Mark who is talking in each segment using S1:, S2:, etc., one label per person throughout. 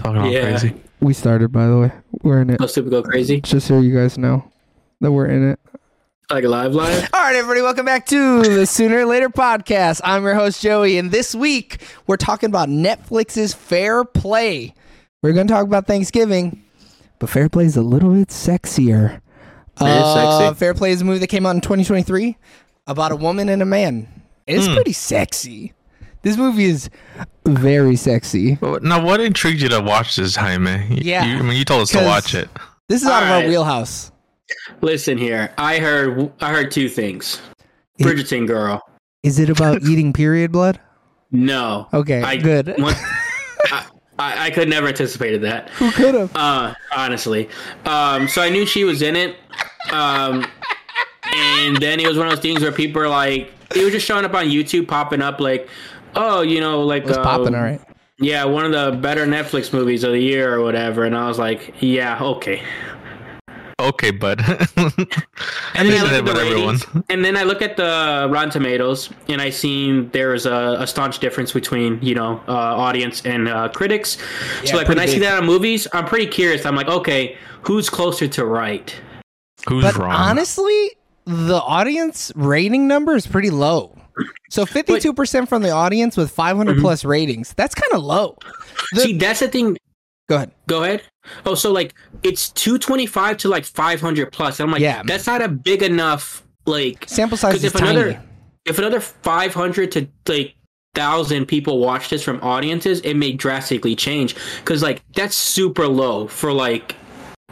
S1: fucking all
S2: Yeah.
S1: crazy.
S3: We started, by the way. We're in it.
S2: Most people go crazy.
S3: Just so you guys know that we're in it.
S2: Like a live live.
S4: All right, everybody, welcome back to the Sooner or Later podcast. I'm your host, Joey, and this week we're talking about Netflix's Fair Play. We're going to talk about Thanksgiving, but Fair Play is a little bit sexier. Uh,
S2: sexy.
S4: Fair Play is a movie that came out in 2023 about a woman and a man.
S2: Hmm.
S4: It's pretty sexy. This movie is very sexy.
S1: But Now, what intrigued you to watch this, Jaime? You-
S4: Yeah,
S1: you, I mean, you told us to
S4: 'cause-
S1: watch it.
S4: This is out of
S2: Alright.
S4: our wheelhouse.
S2: Listen here. I heard I heard two things. Bridgerton girl.
S4: Is it about eating period blood?
S2: No.
S4: Okay,
S2: I,
S4: good.
S2: once- I, I I could never anticipated that.
S4: Who could have?
S2: Uh, honestly. Um, so I knew she was in it. Um, and then it was one of those things where people are like, it was just showing up on YouTube, popping up like, oh, you know, like
S4: It was
S2: uh,
S4: popping, all right.
S2: Yeah, one of the better Netflix movies of the year or whatever. And I was like, yeah, okay.
S1: Okay, bud.
S2: And then, I
S1: Isn't
S2: look
S1: it
S2: at the
S1: about everyone?
S2: ratings, and then I look at the Rotten Tomatoes, and I seen there is a, a staunch difference between you know uh, audience and uh, critics. so like when
S4: pretty
S2: I see
S4: big.
S2: that on movies, I'm pretty curious. I'm like, okay, who's closer to right?
S1: Who's
S4: But
S1: wrong?
S4: honestly, the audience rating number is pretty low. So 52% from the audience with 500 plus ratings. That's kind of low. The-
S2: see, that's the thing.
S4: Go ahead.
S2: Go ahead. Oh, so like it's 225 to like 500 plus. And I'm like,
S4: Yeah.
S2: that's not a big enough like
S4: Sample size
S2: because
S4: is
S2: if
S4: tiny.
S2: another if another 500 to like thousand people watch this from audiences it may drastically change because like that's super low for like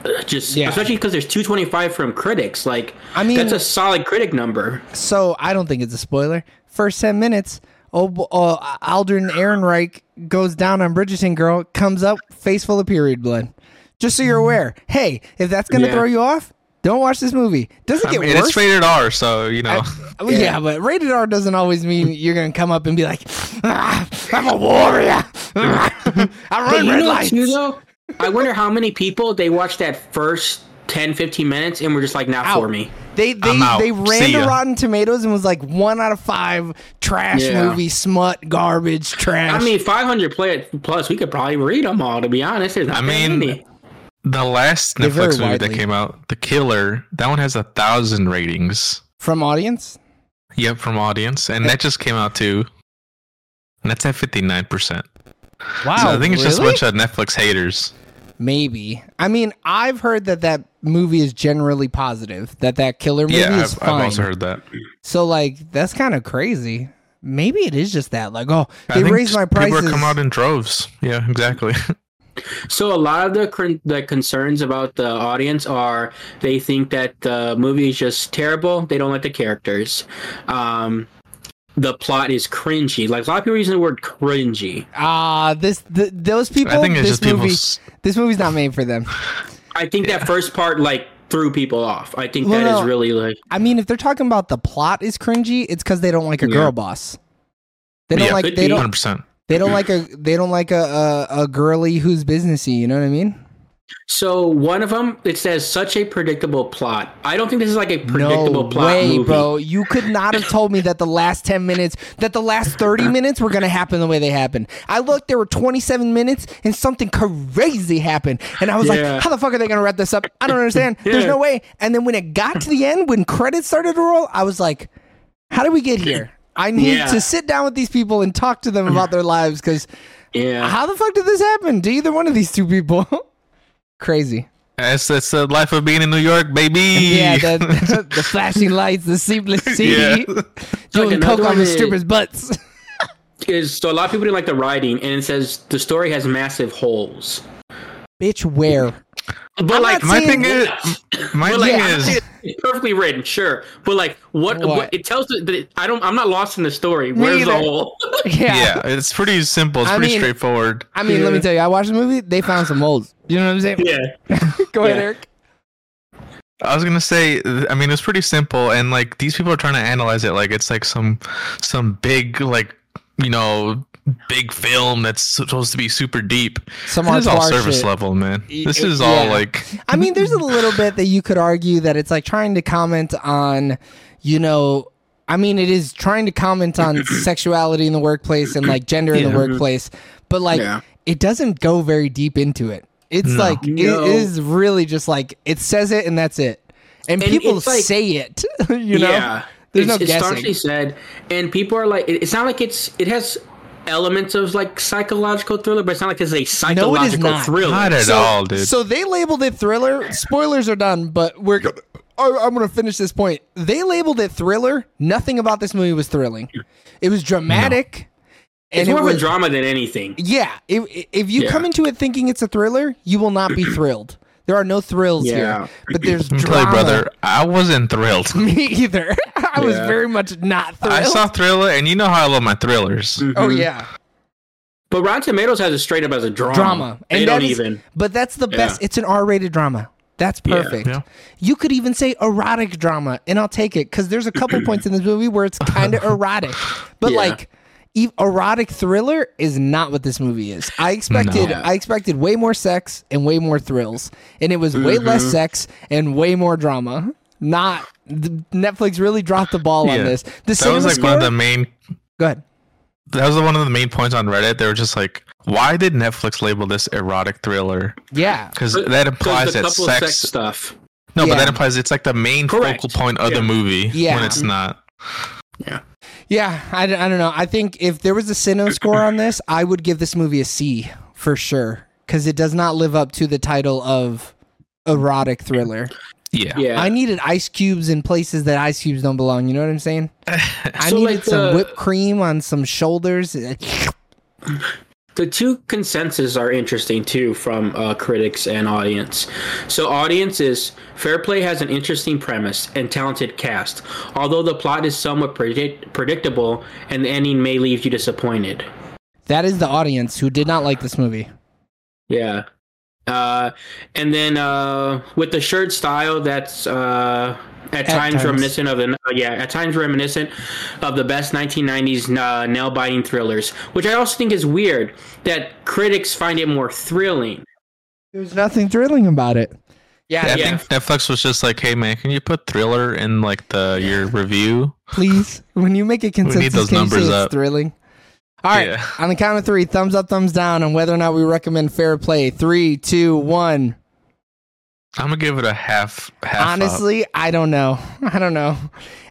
S2: uh, just
S4: Yeah.
S2: especially because there's 225 from critics like
S4: I mean-
S2: that's a solid critic number
S4: so I don't think it's a spoiler. First 10 minutes, oh, uh, Aldrin Ehrenreich goes down on Bridgerton Girl, comes up face full of period blood. Just so you're aware. Hey, if that's going to
S2: Yeah.
S4: throw you off, don't watch this movie. Does it
S1: I
S4: get
S1: mean,
S4: worse?
S1: it's rated R, so you know.
S4: Well, yeah. but rated R doesn't always mean you're gonna come up and be like, "Ah, "I'm a warrior. Ah, I run
S2: Hey, you
S4: red
S2: know
S4: lights."
S2: too, though? i wonder how many people they watched that first 10 15 minutes and were just like not
S4: Out.
S2: for me
S4: They they
S1: I'm out.
S4: they ran
S1: See
S4: to
S1: ya.
S4: Rotten Tomatoes and was like one out of five trash
S2: Yeah.
S4: movie, smut, garbage, trash.
S2: i mean 500 play plus we could probably read them all to be honest There's not
S1: I
S2: that
S1: mean,
S2: many.
S1: The last
S4: They're very
S1: Netflix movie that
S4: widely-
S1: came out, The Killer, that one has a thousand ratings.
S4: from audience.
S1: Yep, from audience, and that just came out too. And that's at fifty nine percent.
S4: Wow,
S1: So I think it's just a bunch of Netflix haters.
S4: maybe. I mean, I've heard that that movie is generally positive. That that killer movie
S1: yeah,
S4: is
S1: I've,
S4: fine.
S1: I've also heard that.
S4: So like, that's kind of crazy. Maybe it is just that. Like, oh,
S1: I
S4: they
S1: think
S4: raised my prices.
S1: People are coming out in droves. Yeah, exactly.
S2: So a lot of the con- the concerns about the audience are they think that the movie is just terrible. They don't like the characters. Um, the plot is cringy. Like a lot of people use the word cringy.
S4: Ah, this th- those people.
S1: I think it's
S4: this
S1: just people.
S4: movie,
S1: s-
S4: this movie's not made for them.
S2: I think that first part like threw people off. I think
S4: Well,
S2: that is
S4: no.
S2: really like
S4: I mean, if they're talking about the plot is cringy, it's because they don't like a girl
S2: Yeah.
S4: boss. They don't
S1: Yeah,
S4: like
S2: could
S4: they
S2: be.
S4: don't
S1: 100%.
S4: they don't like a they don't like a a, a girly who's businessy. You know what I mean?
S2: so. One of them it says such a predictable plot. I don't think this is like a predictable
S4: no
S2: plot
S4: way,
S2: movie.
S4: bro. You could not have told me that the last ten minutes, that the last thirty minutes were gonna happen the way they happened. I looked, there were twenty seven minutes, and something crazy happened, and I was
S2: Yeah.
S4: like, "How the fuck are they gonna wrap this up? I don't understand. There's
S2: Yeah.
S4: no way." And then when it got to the end, when credits started to roll, I was like, "How did we get here?" I need
S2: Yeah.
S4: to sit down with these people and talk to them about their lives because
S2: Yeah.
S4: how the fuck did this happen to either one of these two people? crazy.
S1: That's, that's the life of being in New York, baby.
S4: Yeah, the, the flashing lights, the sleepless city,
S1: Yeah.
S4: doing
S2: another
S4: coke on
S2: one
S4: the
S2: is-
S4: strippers' butts.
S2: is so a lot of people didn't like the writing, and it says the story has massive holes.
S4: Bitch, where?
S2: But
S4: I'm
S2: like
S4: not
S1: my
S4: saying-
S1: thing is, my
S2: But
S1: thing
S2: like,
S1: is,
S2: it's perfectly written, sure. But like, what,
S4: What?
S2: what? it tells the- that it, I don't. I'm not lost in the story. Where's
S4: either.
S2: the hole?
S4: Yeah.
S1: yeah, it's pretty simple. It's
S4: I
S1: pretty
S4: mean-
S1: straightforward.
S4: I mean, let me tell you, I watched the movie. They found some holes. You know what I'm saying?
S2: yeah.
S4: Go ahead,
S2: Yeah.
S4: Eric.
S1: I was gonna say, th- I mean, it's pretty simple, and like these people are trying to analyze it like it's like some some big like you know big film that's supposed to be super deep.
S4: Some
S1: this is all
S4: hardcore
S1: surface
S4: shit.
S1: level, man.
S4: Y-
S1: This
S4: it-
S1: is all
S4: yeah.
S1: like
S4: I mean, there's a little bit that you could argue that it's like trying to comment on, you know, I mean, it is trying to comment on sexuality in the workplace and like gender in the
S1: Yeah.
S4: workplace, but like
S2: Yeah.
S4: it doesn't go very deep into it. It's
S1: No.
S4: like
S2: No.
S4: it is really just just like it says it and that's it. And,
S2: And
S4: people
S2: it's like-
S4: say it, you know.
S2: Yeah.
S4: There's
S2: it's,
S4: no
S2: it's
S4: guessing.
S2: staunchly said, and people are like, it- it's not like it's it has elements of like psychological thriller, but it's not like it's a psychological
S4: not.
S2: thriller.
S1: Not at all, dude.
S4: So they labeled it thriller. Spoilers are done, but we're gonna, I- I'm going to finish this point. They labeled it thriller. Nothing about this movie was thrilling. It was dramatic.
S2: it's
S4: it
S2: more of a
S4: was-
S2: drama than anything.
S4: Yeah, i- i- if you
S2: Yeah.
S4: come into it thinking it's a thriller, you will not be thrilled. There are no thrills
S2: Yeah.
S4: here, but there's
S1: Let me tell you,
S4: drama.
S1: brother, I wasn't thrilled.
S4: Me either. I was
S2: Yeah.
S4: very much not thrilled.
S1: I saw Thriller, and you know how I love my thrillers.
S4: oh
S2: Mhm.
S4: yeah,
S2: But Rotten Tomatoes has it straight up as a drama.
S1: Um,
S4: drama.
S2: They
S4: and
S2: don't
S4: that is-
S2: even.
S4: But that's the
S2: Yeah.
S4: best. It's an R-rated drama. That's
S2: Yeah.
S4: perfect.
S1: Yeah.
S4: You could even say erotic drama, and I'll take it because there's a couple points in this movie where it's kind of erotic, but
S2: Yeah.
S4: like. E- erotic thriller is not what this movie is. I expected
S1: No.
S4: I expected way more sex and way more thrills, and it was way
S1: Mm-hmm.
S4: less sex and way more drama. Not the, Netflix really dropped the ball
S1: Yeah.
S4: on this. The
S1: That was
S4: cinema
S1: like one of
S4: score-
S1: the main.
S4: Go ahead.
S1: That was one of the main points on Reddit. They were just like, "Why did Netflix label this erotic thriller?
S4: Yeah,
S1: Because
S2: But-
S1: that
S2: Because
S1: implies
S2: the
S1: that
S2: couple sex,
S1: sex.
S2: stuff.
S1: no, but
S4: Yeah.
S1: that implies it's like the main
S2: Correct.
S1: focal point of the
S2: Yeah. Mm-hmm.
S1: movie
S4: Yeah.
S1: when it's not.
S4: Yeah, I, don't- I don't know. I think if there was a Cino score on this, I would give this movie a C for sure because it does not live up to the title of erotic thriller.
S1: Yeah.
S2: Yeah.
S4: I needed ice cubes in places that ice cubes don't belong. You know what I'm saying? I
S2: So,
S4: needed
S2: like,
S4: some
S2: the-
S4: whipped cream on some shoulders.
S2: the two consensus are interesting too from uh, critics and audience. So, audience is Fair Play has an interesting premise and talented cast, although the plot is somewhat predict- predictable and the ending may leave you disappointed.
S4: That is the audience who did not like this movie.
S2: Yeah. Uh, and then uh, with the shirt style that's uh, at, times,
S4: times.
S2: reminiscent of the uh, yeah at times reminiscent of the best 1990s uh, nail biting thrillers, which I also think is weird that critics find it more thrilling.
S4: There's nothing thrilling about it.
S1: I
S4: Yeah,
S2: Yeah.
S1: think Netflix was just like, "Hey man, can you put Thriller in like the your review?"
S4: please. When you make a
S1: need
S4: consensus,
S1: those
S4: can you say
S1: numbers
S4: it's
S1: up.
S4: thrilling? All right.
S1: Yeah.
S4: On the count of three, thumbs up, thumbs down, on whether or not we recommend fair play. Three, two, one.
S1: I'm gonna give it a half. half up.
S4: Honestly, I don't know. I don't know.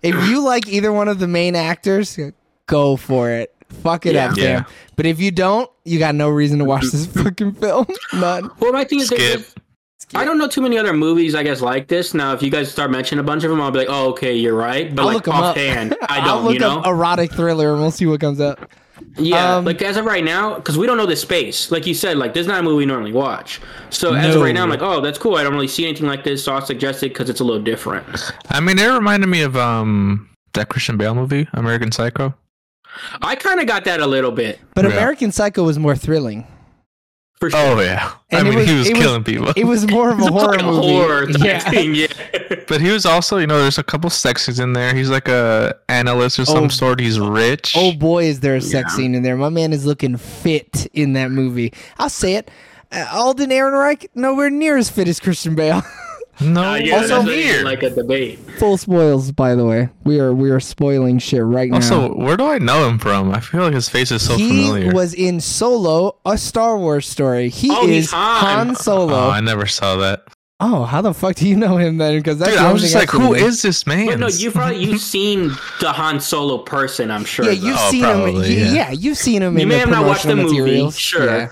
S4: If you like either one of the main actors, go for it. Fuck it up,
S1: Yeah. Yeah.
S4: fam. But if you don't, you got no reason to watch this fucking film. None.
S2: Well, my thing is that-
S1: Skip.
S2: I don't know too many other movies, I guess, like this. Now, if you guys start mentioning a bunch of them, I'll be like, "Oh, okay, you're right." But
S4: I'll look
S2: like
S4: 'em up.
S2: offhand, I
S4: I'll
S2: don't.
S4: look
S2: You know,
S4: up erotic thriller and we'll see what comes up.
S2: yeah.
S4: um,
S2: like as of right now, because we don't know the space. Like you said, like this is not a movie we normally watch. So as of right now, I'm like, "Oh, that's cool." I don't really see anything like this, so I'll suggest it because it's a little different.
S1: I mean, it reminded me of um that Christian Bale movie, American Psycho.
S2: I kind of got that a little bit
S4: But
S1: Yeah.
S4: American Psycho was more thrilling.
S2: for sure.
S1: Oh yeah,
S4: And
S1: I
S4: it
S1: mean, he
S4: was-
S1: was
S4: it was-
S1: killing people.
S4: It was more of a horror
S2: Like a
S4: movie.
S2: horror type
S4: yeah.
S2: thing, yeah.
S1: But he was also, you know, there's a couple sex scenes in there. He's like a analyst or some
S4: Oh.
S1: sort. He's rich.
S4: Oh boy, is there a sex scene in there? My man is looking fit in that movie. I'll say it. Uh, Alden Ehrenreich nowhere near as fit as Christian Bale.
S1: no,
S2: Uh, yeah,
S1: also
S2: that's not even
S1: weird.
S2: like a debate.
S4: Full spoils, by the way. We are we are spoiling shit right now.
S1: also, where do I know him from? I feel like his face is so
S4: he
S1: familiar.
S4: was in Solo, a Star Wars story. He
S2: Oh, he's
S4: is
S2: Han.
S4: Han, Solo.
S1: oh, I never saw that.
S4: oh, how the fuck do you know him then? Because that's
S1: Dude,
S4: the
S1: I
S4: only
S1: was just
S4: thing
S1: like, who
S4: could've done.
S1: is this man?
S2: But no, you've probably you've seen the Han Solo person, I'm sure.
S4: Yeah,
S2: though.
S4: you've
S1: Oh,
S4: seen him.
S1: probably,
S4: Yeah.
S1: yeah.
S4: you've seen him.
S2: You
S4: in
S2: may
S4: the
S2: have not watched the
S4: promotional
S2: movie,
S4: materials.
S2: sure.
S4: Yeah.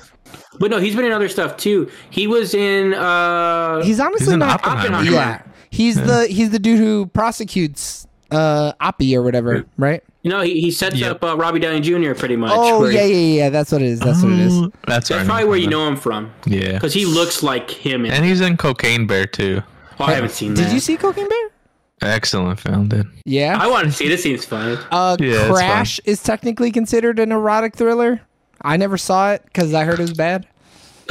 S2: But no, he's been in other stuff too. He was in uh
S4: He's honestly
S1: in
S4: not
S1: Oppenheimer.
S2: Oppenheimer.
S4: Yeah, he's the he's the dude who prosecutes uh Oppie or whatever, right?
S2: no, he, he sets
S1: Yep.
S2: up uh, Robbie Downey Jr. pretty much.
S4: Oh
S2: where-
S4: yeah, yeah, yeah. That's what it is. That's what it is.
S1: Oh, That's,
S2: That's
S1: right.
S2: probably where you know him from
S1: Yeah,
S2: because he looks like him. In,
S1: and he's in Cocaine Bear too.
S2: oh, I haven't seen that.
S4: Did you see Cocaine Bear?
S1: Excellent film, dude.
S4: Yeah.
S2: I want to see. it. This seems fun.
S4: Uh,
S1: Yeah, it's fine.
S4: Crash is technically considered an erotic thriller. I never saw it because I heard it was bad.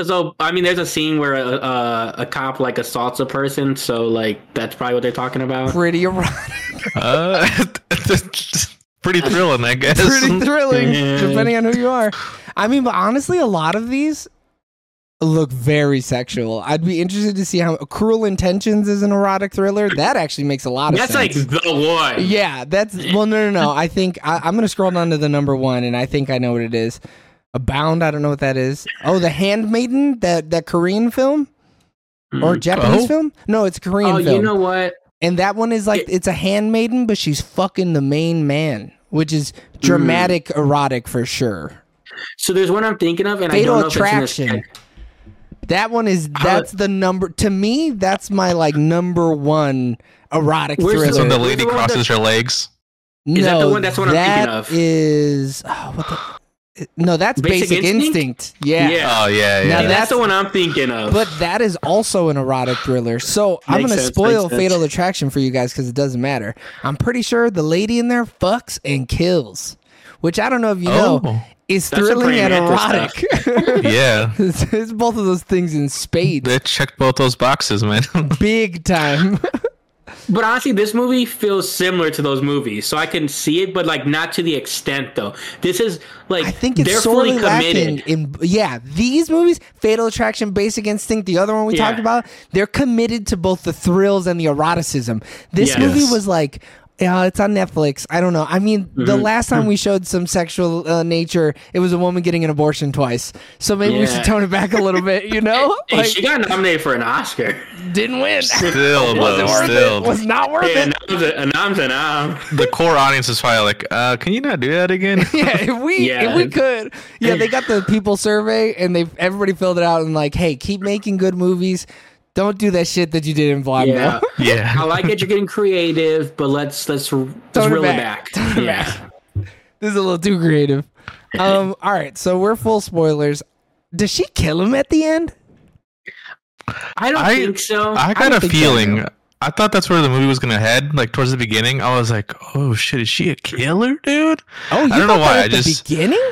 S2: So I mean, there's a scene where a, a, a cop like assaults a person. So like that's probably what they're talking about.
S4: Pretty erotic,
S1: Uh, pretty thrilling, I guess.
S4: pretty thrilling,
S2: Yeah.
S4: depending on who you are. I mean, but honestly, a lot of these look very sexual. I'd be interested to see how Cruel Intentions is an erotic thriller. That actually makes a lot of
S2: That's
S4: sense.
S2: like the one.
S4: Yeah, that's well, no, no, no. I think I, I'm gonna scroll down to the number one, and I think I know what it is. Abound, I don't know what that is. Oh, The Handmaiden, that that Korean film or
S2: Mm.
S4: Japanese
S1: Oh.
S4: film? No, it's a Korean
S2: oh,
S4: film.
S2: you know what?
S4: and that one is like
S2: It-
S4: it's a handmaiden, but she's fucking the main man, which is
S2: Mm.
S4: dramatic, erotic for sure.
S2: So there's one I'm thinking of, and I
S4: Fatal
S2: don't know if it's in
S4: Attraction.
S2: this.
S4: That one is that's the number to me. That's my like number one erotic
S2: Where's the-
S1: That's
S4: thriller.
S1: when the
S2: Who's
S1: lady
S2: the one that-
S1: crosses her legs.
S4: no,
S2: Is that the one- that's what I'm thinking
S4: that
S2: of.
S4: Is oh, what the, no, that's
S2: Basic
S4: Basic, Instinct.
S2: Instinct? Yeah.
S4: Yeah.
S1: Oh yeah,
S4: Now
S1: yeah.
S2: Yeah,
S4: that-
S2: that's the one I'm thinking of.
S4: But that is also an erotic thriller. So I'm
S2: Makes
S4: going to
S2: sense,
S4: spoil
S2: makes sense.
S4: Fatal Attraction for you guys because it doesn't matter. I'm pretty sure the lady in there fucks and kills, which I don't know if you know
S1: Oh.
S4: is
S2: That's some
S4: thrilling
S2: pretty
S4: and
S2: mantis
S4: erotic.
S2: stuff.
S1: yeah.
S4: it's, it's both of those things in spades,
S1: They checked both those boxes, man.
S4: big time.
S2: But honestly, this movie feels similar to those movies, so I can see it, but like not to the extent though. This is like
S4: I think it's
S2: they're
S4: sorely
S2: fully
S4: lacking
S2: committed.
S4: in yeah these movies. Fatal Attraction, Basic Instinct, the other one we
S2: Yeah.
S4: talked about. They're committed to both the thrills and the eroticism. This
S2: Yes.
S4: movie
S1: Yes.
S4: was like. Uh, it's on Netflix. I don't know. I mean, the
S2: Mm-hmm.
S4: last time we showed some sexual uh, nature, it was a woman getting an abortion twice. So maybe we should
S2: Yeah.
S4: tone it back a little bit. You know,
S2: Hey, she got nominated for an Oscar.
S4: didn't win.
S1: still, though,
S4: Wasn't worth
S1: still.
S4: it. Was not worth
S2: Yeah,
S4: it.
S2: Nam's a- Nam's a Nam.
S1: the core audience is probably like, uh, can you not do that again?
S4: yeah, if we if
S2: Yeah.
S4: we could, yeah, they got the people survey and they everybody filled it out and like, hey, keep making good movies. Don't do that shit that you did in Vlog
S2: Yeah.
S4: now.
S1: yeah.
S2: I like it. You're getting creative, but let's let's let's
S4: Tone it
S2: reel it back.
S4: back. Tone it
S2: Yeah.
S4: back. This is a little too creative. Um, all right, so we're full spoilers. Does she kill him at the end?
S2: I don't
S1: I-
S2: think so.
S1: I got
S4: I
S1: a
S4: think so,
S1: feeling.
S4: no.
S1: I thought that's where the movie was gonna head. Like towards the beginning, I was like, "Oh shit, is she a killer, dude?"
S4: Oh, you
S1: I don't know
S4: thought that
S1: why.
S4: At
S1: I
S4: the
S1: just,
S4: beginning.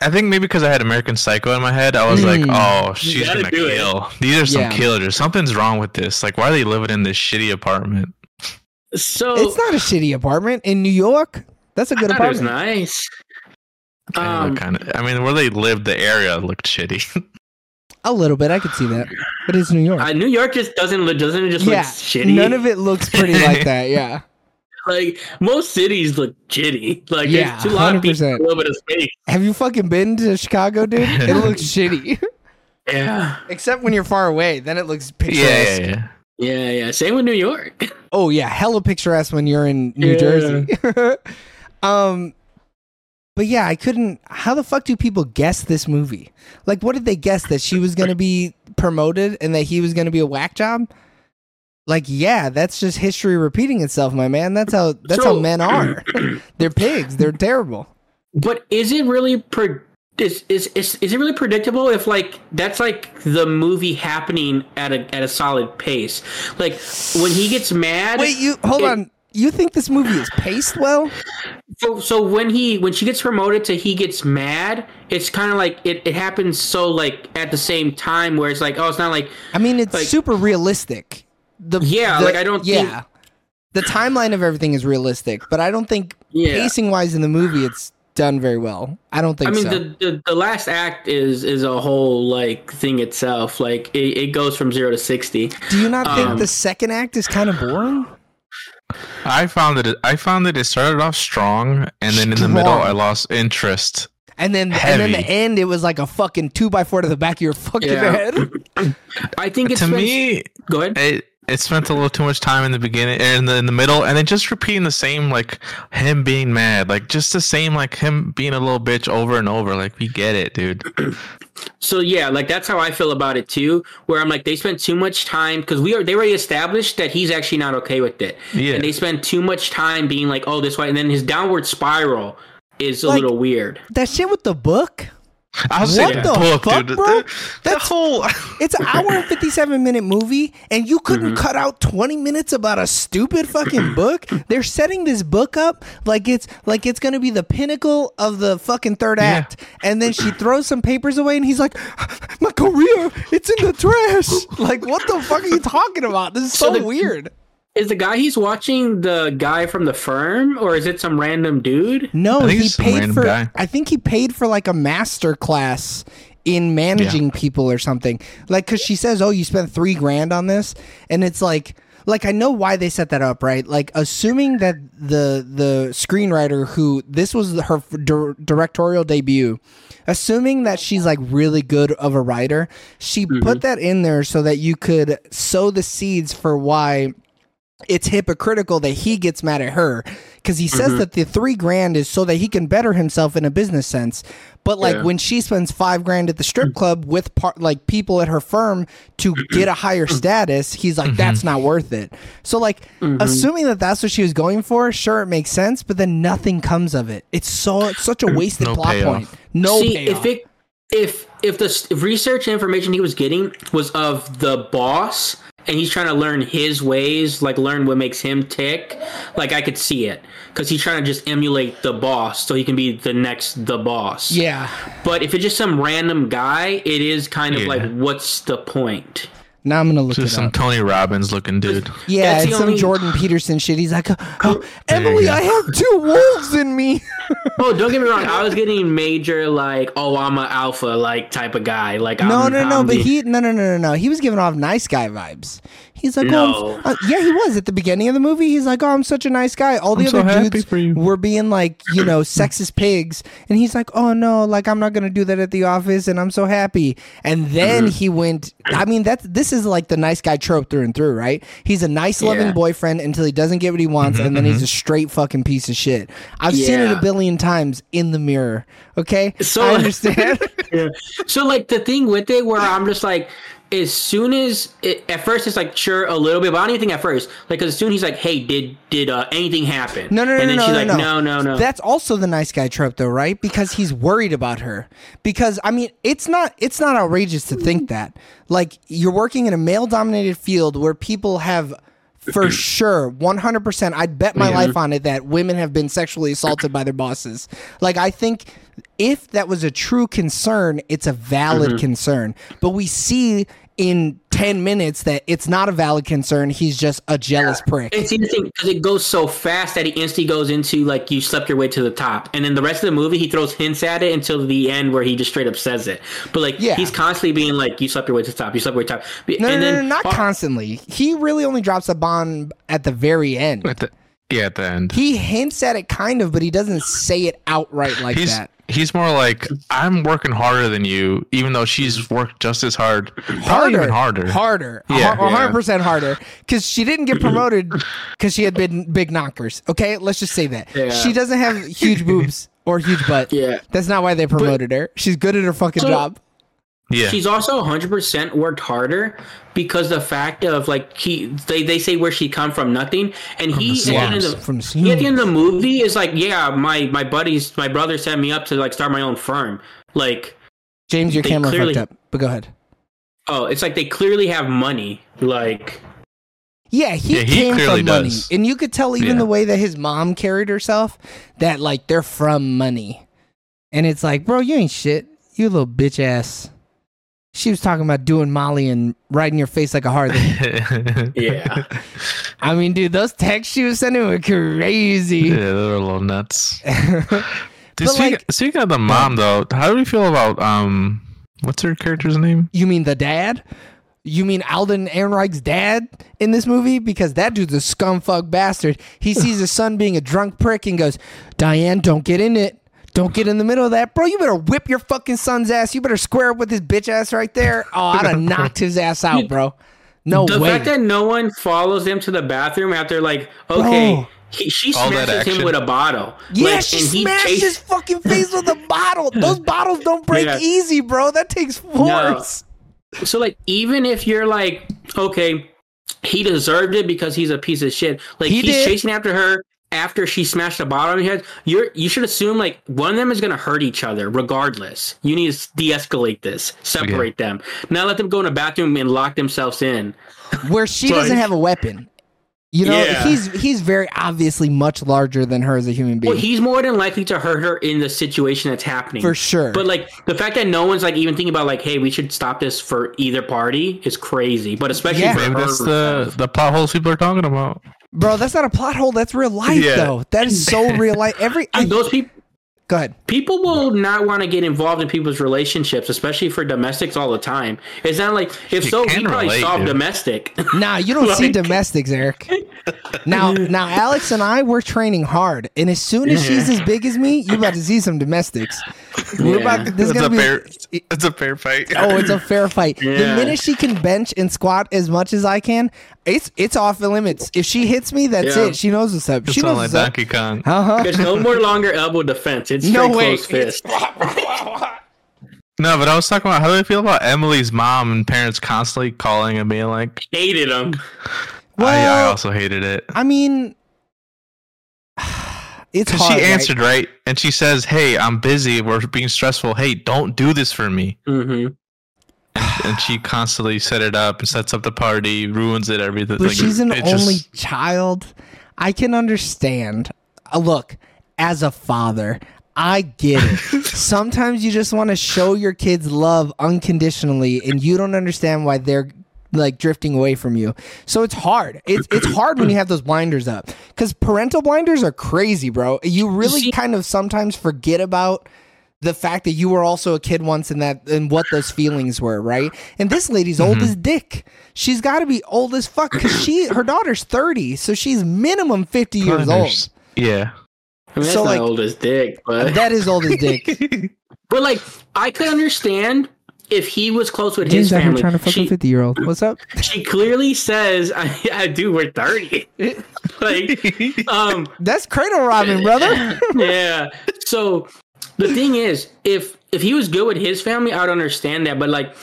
S1: I think maybe because I had American Psycho in my head, I was
S4: Hmm.
S1: like, "Oh, she's
S2: gotta
S1: gonna
S2: do it.
S1: kill. These are some
S4: Yeah.
S1: killers. Something's wrong with this. Like, why are they living in this shitty apartment?"
S2: so
S4: It's not a shitty apartment in New York. That's a good
S2: Oh. I thought it was
S4: apartment.
S2: nice. Um,
S1: kind of. I mean, where they lived, the area looked shitty.
S4: A little bit, I could see that, but it's New York.
S2: uh, New York just doesn't look doesn't it just
S4: yeah,
S2: look shitty.
S4: none of it looks pretty like that. Yeah.
S2: like most cities look shitty. Like
S4: Yeah,
S2: there's a lot of people,
S4: 100%.
S2: a little bit of space.
S4: Have you fucking been to Chicago, dude? It looks shitty.
S2: Yeah,
S4: Except when you're far away, then it looks picturesque.
S1: yeah, yeah, yeah.
S2: yeah, yeah. Same with New York.
S4: Oh yeah, hella picturesque when you're in New
S2: Yeah.
S4: Jersey. um but yeah, I couldn't how the fuck do people guess this movie? Like what did they guess that she was going to be promoted and that he was going to be a whack job? Like yeah, that's just history repeating itself, my man. That's how that's how
S2: So-
S4: men are. They're pigs. They're terrible.
S2: But is it really pre- is, is is is it really predictable if like that's like the movie happening at a at a solid pace? Like when he gets mad.
S4: Wait, you hold
S2: it-
S4: on. You think this movie is paced well?
S2: So, so when he when she gets promoted to he gets mad, it's kind of like it, it happens so like at the same time where it's like oh it's not like
S4: I mean, it's
S2: Like-
S4: super realistic. The
S2: Yeah,
S4: the-
S2: like, I don't
S4: Yeah, the timeline of everything is realistic, but I don't think
S2: Yeah.
S4: pacing wise in the movie it's done very well. I don't think.
S2: I mean
S4: so.
S2: the, the the last act is is a whole like thing itself. Like it, it goes from zero to sixty.
S4: Do you not think
S2: um,
S4: the second act is kind of boring?
S1: I found that it, I found that it started off strong, and then in the middle,
S4: Strong.
S1: I lost interest.
S4: And then, and then
S1: heavy.
S4: the end, it was like a fucking two by four to the back of your fucking
S2: Yeah.
S4: head.
S2: I think it's
S1: to
S2: been-
S1: me,
S2: Go ahead.
S1: it it spent a little too much time in the beginning and in the, in the middle and then just repeating the same like him being mad like just the same like him being a little bitch over and over like we get it dude
S2: So yeah, like that's how I feel about it too. Where I'm like, they spent too much time because we are they already established that he's actually not okay with it,
S1: Yeah.
S2: and they spend too much time being like, oh, this way, and then his downward spiral is a
S4: Like-
S2: little weird.
S4: that shit with the book.
S1: i was
S4: What
S1: saying
S4: the
S1: book
S4: fuck,
S1: dude
S4: bro?
S1: The- the
S4: That's-
S1: whole
S4: It's an hour and 57 minute movie, and you couldn't cut out 20 minutes about a stupid fucking book. They're setting this book up like it's like it's gonna be the pinnacle of the fucking third act. And then she throws some papers away and he's like, My career, it's in the trash. Like, what the fuck are you talking about? This is so,
S2: So the-
S4: weird.
S2: Is the guy he's watching the guy from the firm, or is it some random dude?
S1: I
S4: No,
S1: think
S4: he
S1: it's some
S4: paid
S1: random
S4: for
S1: guy.
S4: I think he paid for like a master class in managing people or something. Like cuz she says, "Oh, you spent 3 grand on this." And it's like like I know why they set that up, right? Like assuming that the the screenwriter who this was her f- dir- directorial debut, assuming that she's like really good of a writer, she
S1: Mm-hmm.
S4: put that in there so that you could sow the seeds for why it's hypocritical that he gets mad at her because he
S1: Mm-hmm.
S4: says that the three grand is so that he can better himself in a business sense. But like
S2: Yeah.
S4: when she spends five grand at the
S1: Mm.
S4: strip club with part like people at her firm to get a higher
S1: Mm.
S4: status, he's like,
S1: Mm-hmm.
S4: that's not worth it. So like assuming that that's what she was going for, sure it makes sense, but then nothing comes of it. It's so it's such a wasted
S1: Mm. No
S4: plot
S1: payoff.
S4: point. No
S2: See,
S4: payoff.
S2: if it if if the s- if research and information he was getting was of the boss and he's trying to learn his ways, like learn what makes him tick, like I could see it cuz he's trying to just emulate the boss so he can be the next the boss.
S4: yeah,
S2: But if it's just some random guy, it is kind of
S1: Yeah.
S2: like what's the point?
S4: now I'm gonna look
S1: Just
S4: it
S1: some
S4: up.
S1: Tony Robbins looking dude.
S4: Yeah,
S2: That's
S4: it's
S2: the
S4: some
S2: only-
S4: Jordan Peterson shit. He's like, oh,
S1: There you
S4: Emily,
S1: go.
S4: I have two wolves in me.
S2: Oh, don't get me wrong. I was getting major like, oh, I'm an alpha like type of guy. Like,
S4: No,
S2: I'm,
S4: no,
S2: I'm
S4: no. But
S2: the-
S4: he, no, no, no, no, no. He was giving off nice guy vibes. He's like, oh,
S2: No.
S4: I'm- uh, yeah, he was at the beginning of the movie. He's like, oh, I'm such a nice guy. All the
S1: I'm so
S4: other
S1: happy
S4: dudes
S1: for you.
S4: were being like, you know, sexist pigs, and he's like, oh no, like I'm not gonna do that at the office, and I'm so happy. And then he went. I mean, that's this is like the nice guy trope through and through, right? He's a nice, loving
S2: Yeah.
S4: boyfriend until he doesn't get what he wants,
S1: Mm-hmm,
S4: and then he's a straight fucking piece of shit. I've seen it a
S2: Yeah.
S4: billion times in the mirror. Okay,
S2: So-
S4: I understand.
S2: So like the thing with it, where I'm just like, as soon as it, at first it's like sure a little bit, but I don't even think at first, like 'cause as soon he's like, hey, did did uh, anything happen?
S4: No, no,
S2: and
S4: no, no,
S2: then
S4: no,
S2: she's
S4: no,
S2: like,
S4: no,
S2: no, no, no.
S4: That's also the nice guy trope, though, right? Because he's worried about her. Because I mean, it's not it's not outrageous to think that. Like you're working in a male dominated field where people have, for sure, one hundred percent. I'd bet my life on it that women have been sexually assaulted by their bosses. Like I think. If that was a true concern, it's a valid
S2: Mm-hmm.
S4: concern. But we see in 10 minutes that it's not a valid concern. He's just a jealous prick.
S2: it's interesting because it goes so fast that he instantly goes into like you slept your way to the top, and then the rest of the movie he throws hints at it until the end where he just straight up says it. But like
S4: Yeah.
S2: he's constantly being like, you slept your way to the top, you slept your way to the top.
S4: No,
S2: and
S4: no,
S2: then
S4: no, no, not
S2: Oh,
S4: constantly. He really only drops a bomb at the very end.
S1: At the, yeah, at the end.
S4: He hints at it kind of, but he doesn't say it outright like
S1: he's
S4: that.
S1: he's more like I'm working harder than you, even though she's worked just as hard, probably
S4: Harder,
S1: even harder.
S4: harder,
S1: Yeah,
S4: one hundred
S1: yeah.
S4: percent harder, because she didn't get promoted because she had been big knockers. Okay, let's just say that
S2: Yeah.
S4: she doesn't have huge boobs or huge butt.
S2: Yeah.
S4: that's not why they promoted her. She's good at her fucking
S2: So-
S4: job.
S1: Yeah,
S2: She's also 100% worked harder because the fact of like he they, they say where she come from nothing and he
S1: the Hmm.
S2: at the end of the,
S4: slums. From the
S2: he at the end of the movie is like yeah my my buddies my brother set me up to like start my own firm like
S4: James, your
S2: They
S4: camera
S2: clearly-
S4: fucked up, but go ahead.
S2: oh it's like they clearly have money like
S4: Yeah, he,
S1: Yeah, he
S4: came
S1: clearly
S4: from money,
S1: does.
S4: and you could tell even
S1: Yeah.
S4: the way that his mom carried herself that like they're from money, and it's like, bro, you ain't shit, you little bitch ass. She was talking about doing Molly and riding your face like a Harley.
S2: yeah
S4: I mean, dude, those texts she was sending were
S1: yeah,
S4: crazy.
S1: they were a little nuts. Dude,
S4: But,
S1: speaking,
S4: like- um,
S1: speaking of the mom, though, how do we feel about um, what's her character's name?
S4: you mean the dad? You mean Alden Ehrenreich's dad in this movie? Because that dude's a scumfuck bastard. He sees his son being a drunk prick and goes, Diane, don't get in it. Don't get in the middle of that. Bro, you better whip your fucking son's ass. You better square up with his bitch ass right there. Oh, I'd have knocked his ass out, bro. No
S2: the
S4: way.
S2: fact that no one follows them to the bathroom after like okay
S4: Bro.
S2: he, she
S1: All that
S2: smashes him
S1: action.
S2: with a bottle
S4: yeah,
S2: Like,
S4: she
S2: and he
S4: smashed
S2: chased-
S4: his fucking face with a bottle. Those bottles don't break
S2: Yeah.
S4: easy, bro. That takes force.
S2: So like even if you're like, okay, he deserved it because he's a piece of shit. Like
S4: He
S2: he's
S4: did.
S2: chasing after her after she smashed the bottle on her head. You're you should assume like one of them is gonna hurt each other regardless. You need to de-escalate this, separate them, not let them go in a bathroom and lock themselves in.
S4: where she
S2: Like-
S4: doesn't have a weapon. You know,
S2: Yeah.
S4: he's he's very obviously much larger than her as a human being.
S2: Well, he's more than likely to hurt her in the situation that's happening
S4: for sure.
S2: But like the fact that no one's like even thinking about like, hey, we should stop this for either party is crazy. But especially
S4: Yeah.
S2: for
S1: Maybe
S2: her
S1: that's the
S2: herself.
S1: the plot holes people are talking about.
S4: Bro, that's not a plot hole, that's real life
S1: Yeah.
S4: though. That is so real life. Every I,
S2: Dude, those people
S4: Go ahead.
S2: people will not want to get involved in people's relationships, especially for domestics all the time. It's not like if
S1: You
S2: so, we
S1: can
S2: probably
S1: relate,
S2: solve
S1: dude.
S2: domestic.
S4: Nah, you don't see
S2: Like-
S4: domestics, Eric. Now, now, Alex and I we're training hard, and as soon as she's as big as me, you're about to see some domestics. We're about to, this is
S1: It's
S4: gonna
S1: a
S4: be.
S1: fair. It's a fair fight.
S4: Oh, it's a fair fight. The
S2: Yeah.
S4: minute she can bench and squat as much as I can, it's it's off the limits. If she hits me, that's
S2: Yeah.
S4: it. She knows what's up.
S1: It's
S4: she
S1: not
S4: knows
S1: like
S4: what's up.
S1: Donkey Kong.
S4: Uh huh.
S2: There's no more longer elbow defense. It's
S4: No
S2: no
S4: way.
S2: close fist.
S1: No, but I was talking about how do I feel about Emily's mom and parents constantly calling and being like,
S2: Hated him.
S1: I, I
S4: Well-
S1: also hated it.
S4: I mean, it's
S1: Because
S4: hard.
S1: she
S4: right?
S1: answered, right? And she says, Hey, I'm busy. We're being stressful. Hey, don't do this for me.
S2: hmm
S1: And she constantly set it up and sets up the party, ruins it, everything.
S4: but she's an
S1: it
S4: only
S1: just-
S4: child. I can understand. Uh, look, as a father, I get it. Sometimes you just want to show your kids love unconditionally, and you don't understand why they're like drifting away from you. So it's hard. It's it's hard when you have those blinders up because parental blinders are crazy, bro. You really kind of sometimes forget about the fact that you were also a kid once and that and what those feelings were, right? And this lady's old as
S3: Mm-hmm.
S4: dick. She's got to be old as fuck because she her daughter's thirty, so she's minimum fifty years old.
S1: There's- Yeah.
S2: I mean, that's
S4: So,
S2: not
S4: like-
S2: old as dick, but
S4: That is old as dick.
S2: but like I could understand if he was close with
S3: James
S2: his
S3: out here
S2: family.
S3: trying to fuck a
S2: She,
S3: 50 year old.
S4: What's up?
S2: she clearly says, "I, I do. We're 30. like, um,
S4: That's cradle robbing, brother.
S2: yeah. So the thing is, if if he was good with his family, I would understand that. But like,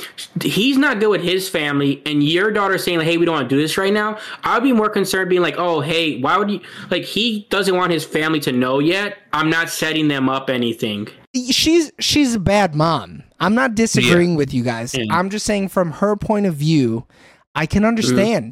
S2: he's not good with his family, and your daughter saying, like, "Hey, we don't want to do this right now," I'd be more concerned being like, "Oh, hey, why would you?" Like, he doesn't want his family to know yet. I'm not setting them up anything.
S4: she's she's a bad mom. I'm not disagreeing with you guys.
S1: Mm.
S4: I'm just saying from her point of view, I can understand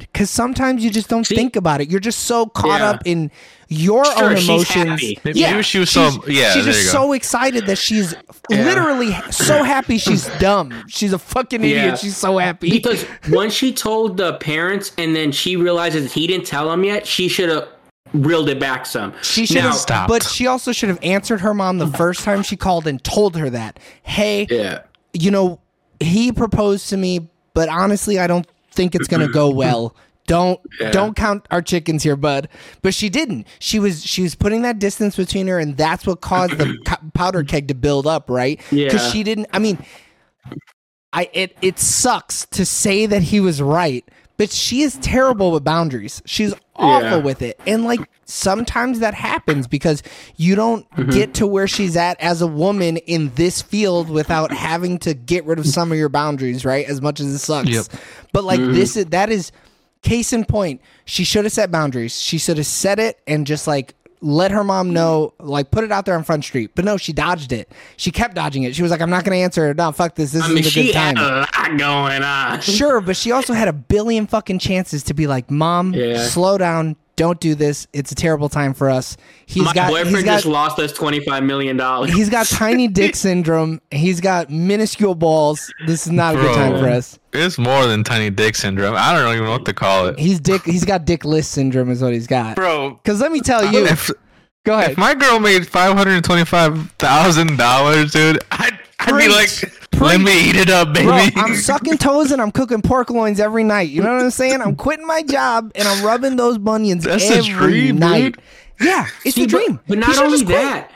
S1: Mm.
S4: because sometimes you just don't think about it. You're just so caught
S2: Yeah.
S4: up in your
S2: Sure,
S4: own
S2: she's
S4: emotions.
S2: happy.
S1: Maybe she was so- yeah,
S4: she's
S1: there you
S4: just
S1: go.
S4: so excited that she's literally so happy. She's dumb. She's a fucking idiot.
S2: Yeah.
S4: She's so happy.
S2: Because once she told the parents, and then she realizes he didn't tell them yet, she should have reeled it back some.
S4: She should
S2: Now-
S4: have
S1: Stopped.
S4: But she also should have answered her mom the first time she called and told her that, hey,
S2: Yeah.
S4: you know, he proposed to me, but honestly, I don't think it's gonna go
S2: Mm-hmm.
S4: well. Don't don't count our chickens here, bud. But she didn't. She was she was putting that distance between her, and that's what caused the co- powder keg to build up, right?
S2: Yeah.
S4: she didn't. I mean, I it it sucks to say that he was right, but she is terrible with boundaries. She's awful
S2: Yeah.
S4: with it. And like sometimes that happens because you don't
S2: Mm-hmm.
S4: get to where she's at as a woman in this field without having to get rid of some of your boundaries, right? As much as it sucks.
S1: Yep.
S4: But like
S2: Mm-hmm.
S4: this is that is case in point. She should have set boundaries. She should have set it and just like let her mom know, like put it out there on front street. But no, she dodged it. She kept dodging it. She was like, I'm not gonna answer. No, fuck this. This
S2: I
S4: isn't
S2: mean,
S4: a
S2: she
S4: good time.
S2: had a lot going on.
S4: Sure, but she also had a billion fucking chances to be like, "Mom,
S2: Yeah.
S4: slow down. Don't do this. It's a terrible time for us." He's
S2: My
S4: got he's
S2: boyfriend
S4: got
S2: just lost us twenty five million dollars.
S4: he's got tiny dick syndrome. He's got minuscule balls. This is not a good
S1: Bro.
S4: time for us.
S1: It's more than tiny dick syndrome. I don't even know what to call it.
S4: He's dick. He's got dick list syndrome is what he's got.
S1: Bro,
S4: Because let me tell you,
S1: if,
S4: go ahead.
S1: if my girl made $525,000, dude, I'd, I'd be like,
S4: Preach.
S1: Let me eat it up, baby.
S4: Bro, I'm sucking toes and I'm cooking pork loins every night. You know what I'm saying? I'm quitting my job and I'm rubbing those bunions
S1: That's a
S4: every
S1: dream,
S4: night.
S1: dude.
S4: Yeah, it's
S2: See,
S4: the
S2: but-
S4: dream.
S2: But,
S4: He
S2: not
S4: should've
S2: only
S4: just quit.
S2: that,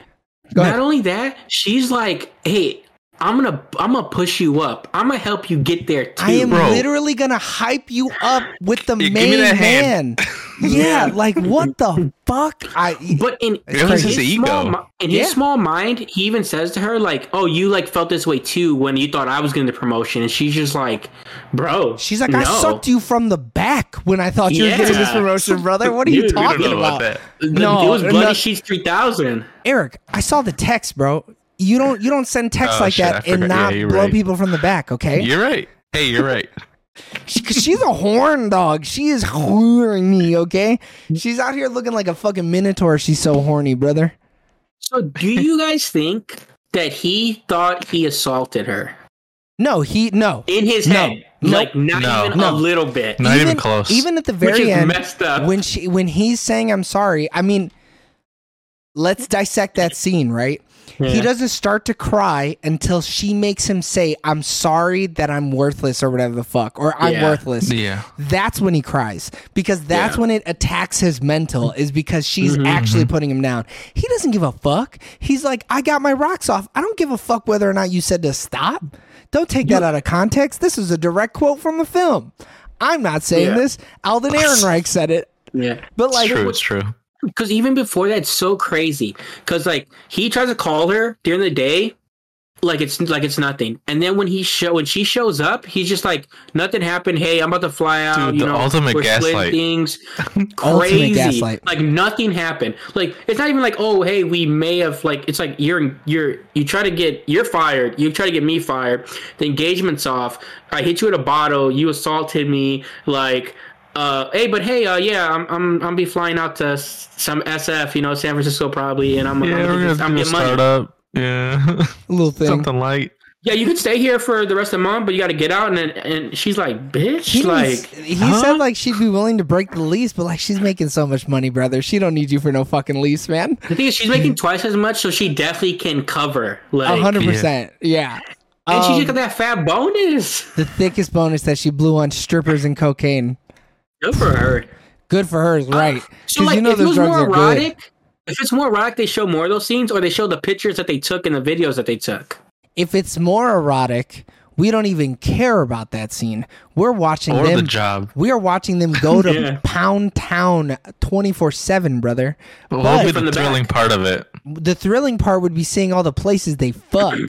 S4: Go
S2: not
S4: ahead.
S2: only that, she's like, "Hey, I'm gonna, I'm gonna push you up. I'm gonna help you get there too."
S4: I am
S1: Bro.
S4: literally gonna hype you up with the
S1: Yeah,
S4: main
S1: give me that
S4: man.
S1: hand.
S4: yeah, like what the fuck? I
S2: but in,
S1: It
S2: in
S1: was
S2: his
S1: his ego.
S2: small, mi- in his
S4: Yeah.
S2: small mind, he even says to her like, "Oh, you like felt this way too when you thought I was getting the promotion," and she's just like, "Bro,
S4: she's like,
S2: no.
S4: I sucked you from the back when I thought you were getting this
S2: Yeah.
S4: promotion, brother. What are
S2: Dude,
S4: you
S2: we don't
S4: talking
S1: know
S4: about?
S1: about that.
S2: The-
S4: No,
S2: it was bloody
S4: no.
S2: sheets three thousand.
S4: Eric? I saw the text, bro. You don't you don't send texts
S1: Oh,
S4: like
S1: shit, I
S4: that and
S1: forgot.
S4: not
S1: Yeah, you're
S4: blow
S1: right.
S4: people from the back, okay?
S1: You're right. Hey, you're right.
S4: She- 'cause she's a horn dog. She is horny, okay? She's out here looking like a fucking minotaur. She's so horny, brother.
S2: So, do you guys think that he thought he assaulted her
S4: No, he no.
S2: in his
S4: No.
S2: head?
S4: Nope.
S2: Like not
S1: No.
S2: even
S4: No.
S2: a little bit.
S1: Not even close.
S4: Even at the very
S2: Which is
S4: end,
S2: messed up.
S4: when she when he's saying I'm sorry, I mean let's dissect that scene, right? He
S2: Yeah.
S4: doesn't start to cry until she makes him say, I'm sorry that I'm worthless or whatever the fuck, or I'm
S2: Yeah.
S4: worthless.
S1: Yeah.
S4: That's when he cries because that's
S2: Yeah. Mm-hmm,
S4: when it attacks his mental, is because she's actually putting him down. He doesn't give a fuck. He's like, I got my rocks off. I don't give a fuck whether or not you said to stop. Don't take that out of context. This is a direct quote from the film. I'm not saying
S2: Yeah.
S4: this. Alden Ehrenreich said it.
S2: Yeah.
S4: But like,
S1: it's true. It's true.
S2: because even before that's so crazy because like he tries to call her during the day like it's like it's nothing and then when he show when she shows up he's just like nothing happened hey i'm about to fly out
S1: Dude,
S2: you
S1: the
S2: know
S1: ultimate
S2: we're splitting
S1: gaslight.
S2: things
S4: Ultimate
S2: crazy
S4: gaslight.
S2: like nothing happened like it's not even like oh hey we may have like it's like you're you're you try to get you're fired you try to get me fired the engagement's off i hit you with a bottle you assaulted me like uh, hey, but hey, uh, yeah, I'm I'm I'm be flying out to s- some SF, you know, San Francisco probably, and I'm
S1: Yeah,
S2: I'm,
S1: we're
S2: gonna,
S1: gonna
S2: I'm
S1: do a
S2: getting money.
S1: startup. Yeah,
S4: little thing.
S1: something light.
S2: Yeah, you could stay here for the rest of the month, but you got to get out. And then, and she's like, bitch,
S4: He
S2: like,
S4: was- he
S1: huh?
S4: said like she'd be willing to break the lease, but like she's making so much money, brother. She don't need you for no fucking lease, man.
S2: the thing is, she's making twice as much, so she definitely can cover.
S4: A
S2: Like,
S4: hundred percent, yeah.
S2: and she
S4: Um,
S2: just got that fat bonus.
S4: the thickest bonus that she blew on strippers and cocaine.
S2: Good for her.
S4: Good for her, right?
S2: Ah, So
S4: 'Cause
S2: like, if it was more
S4: good.
S2: erotic, if it's more erotic, they show more of those scenes, or they show the pictures that they took and the videos that they took.
S4: If it's more erotic, we don't even care about that scene. We're watching
S1: Or
S4: them.
S1: the job.
S4: we are watching them go to
S2: Yeah.
S4: Pound Town twenty four seven, brother.
S1: But what would
S2: from
S1: be the
S2: the
S1: thrilling part of it?
S4: The thrilling part would be seeing all the places they fuck.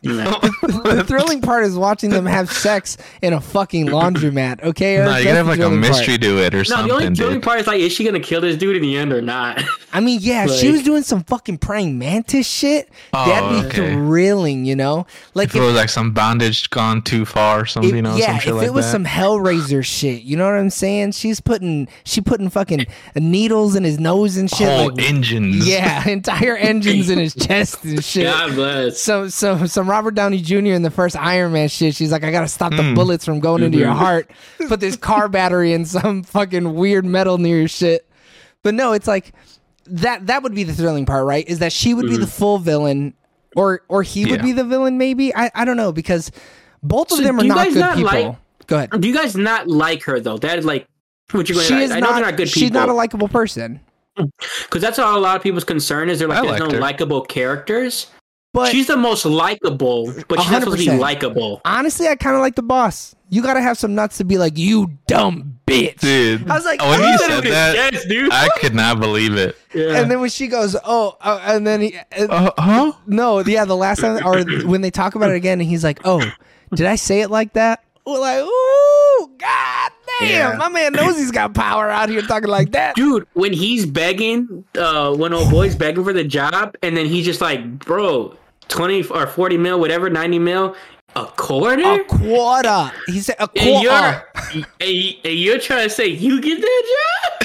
S2: No.
S4: the thrilling part is watching them have sex in a fucking laundromat. Okay, Eric?
S1: No, you
S4: That's
S1: gotta have
S4: the
S1: like a
S4: thrilling part.
S1: mystery to it or
S2: No,
S1: something.
S2: the only thrilling
S1: dude.
S2: part is like, is she gonna kill this dude in the end or not?
S4: I mean, yeah, if she
S2: Like-
S4: was doing some fucking praying mantis shit. that'd be
S1: Oh, okay.
S4: thrilling, you know. Like
S1: if it
S4: if,
S1: was like some bondage gone too far, some
S4: if-
S1: you know,
S4: yeah,
S1: some shit
S4: if
S1: like
S4: it was
S1: that.
S4: some Hellraiser shit, you know what I'm saying? She's putting she putting fucking needles in his nose and shit.
S1: Whole
S4: like-
S1: engines.
S4: yeah, entire engines in his chest and shit.
S2: God bless.
S4: So, so, some Robert Downey Jr. in the first Iron Man shit. She's like, I gotta stop the bullets from going into your heart. Put this car battery in some fucking weird metal near your shit. But no, it's like that. That would be the thrilling part, right? Is that she would be the full villain, or or he would
S1: Yeah.
S4: be the villain? Maybe I, I don't know because both of
S2: So
S4: them are
S2: do you
S4: not
S2: guys
S4: good
S2: not
S4: people.
S2: like-
S4: Go ahead.
S2: Do you guys not like her though? That is like what you're going.
S4: She
S2: I,
S4: is
S2: I know
S4: not.
S2: they're not good
S4: she's not a
S2: people
S4: likable person.
S2: because that's how a lot of people's concern is. They're
S1: I
S2: like, there's
S1: liked
S2: no
S1: her.
S2: likable characters.
S4: But
S2: she's the most likable, but she's not supposed to be
S4: 100%.
S2: likable.
S4: honestly, I kind of like the boss. You gotta have some nuts to be like, you dumb bitch.
S1: dude.
S4: I was like,
S1: when
S4: "Oh,
S1: he
S4: that
S1: said that,
S2: Yes, dude.
S1: I could not believe it.
S2: Yeah.
S4: And then when she goes, oh, uh, and then he, uh,
S1: Uh, huh?
S4: No, yeah, the last time or when they talk about it again, and he's like, "Oh, did I say it like that?" We're like, "Ooh, god damn,
S1: Yeah.
S4: my man knows he's got power out here talking like that."
S2: Dude, when he's begging, uh, when old boy's begging for the job, and then he's just like, bro, 20 or 40 mil, whatever, 90 mil, a quarter?
S4: A quarter, he said, "A
S2: and,
S4: quarter,
S2: you're, and, and you're trying to say you get that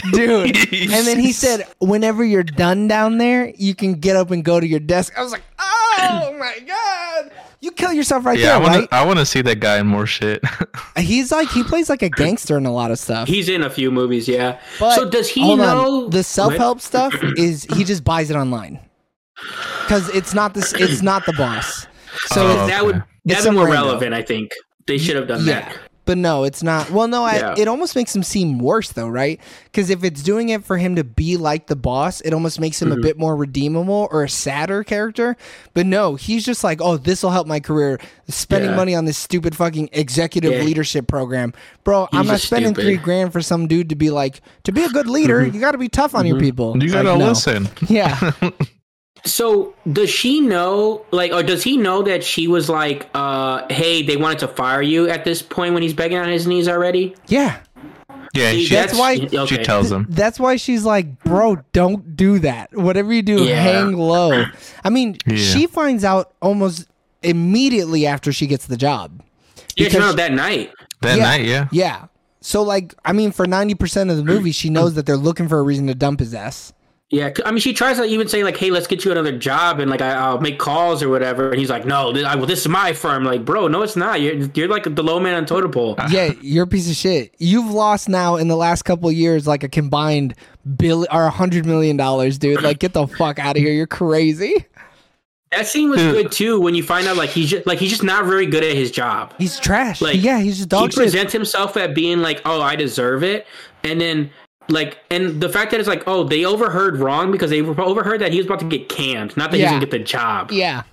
S2: job?
S4: dude." And then he said, "Whenever you're done down there, you can get up and go to your desk." I was like, "Oh my god." You kill yourself right
S1: Yeah, I
S4: there,
S1: want
S4: right?
S1: to. I want to see that guy in more shit.
S4: He's like he plays like a gangster in a lot of stuff.
S2: He's in a few movies, yeah.
S4: But
S2: so does he
S4: hold on.
S2: know
S4: the self help stuff? Is he just buys it online? Because it's not this. It's not the boss. So
S1: Oh,
S4: it's-
S2: that
S1: okay.
S2: would
S4: It's
S2: that's more
S4: some rando.
S2: relevant, I think. They should have done
S4: yeah,
S2: that.
S4: but no, it's not. Well, no, I,
S2: Yeah.
S4: it almost makes him seem worse though, right? Because if it's doing it for him to be like the boss, it almost makes him a
S2: Mm-hmm.
S4: bit more redeemable or a sadder character. But no, he's just like, oh, this will help my career. Spending
S2: Yeah.
S4: money on this stupid fucking executive
S2: Yeah.
S4: leadership program, bro. I'm not
S2: just
S4: spending
S2: stupid. Mm-hmm.
S4: three grand for some dude to be like to be a good leader. You got to be tough on your people.
S1: Mm-hmm. you
S4: It's
S1: gotta
S4: like, no.
S1: listen.
S4: Yeah.
S2: So does she know like or does he know that she was like uh hey they wanted to fire you at this point when he's begging on his knees already?
S4: Yeah.
S1: Yeah,
S2: See,
S1: she,
S4: that's why-
S1: she
S2: okay.
S1: tells him.
S4: That's why she's like, bro, don't do that. Whatever you do,
S2: Yeah.
S4: hang low. I mean,
S1: Yeah.
S4: she finds out almost immediately after she gets the job.
S2: Yeah, she
S4: because-
S2: knows that night.
S1: That night, yeah.
S4: Yeah. So, like, I mean, for 90% of the movie, she knows that they're looking for a reason to dump his ass.
S2: Yeah, 'cause- I mean, she tries to even say like, "Hey, let's get you another job," and like, I, "I'll make calls or whatever." And he's like, "No, this, I, well, this is my firm." Like, bro, no, it's not. You're you're like the low man on totem pole.
S4: yeah, you're a piece of shit. You've lost now in the last couple of years like a combined bill or a hundred million dollars, dude. Like, get the fuck out of here. You're crazy.
S2: That scene was
S1: Dude.
S2: good too when you find out like he's just like he's just not very good at his job.
S4: He's trash.
S2: Like,
S4: yeah, he's just
S2: he
S4: dog shit.
S2: presents himself at being like, "Oh, I deserve it," and then like, and the fact that it's like, "Oh, they overheard wrong because they overheard that he was about to get canned, not that
S4: Yeah.
S2: he didn't get the job."
S4: Yeah.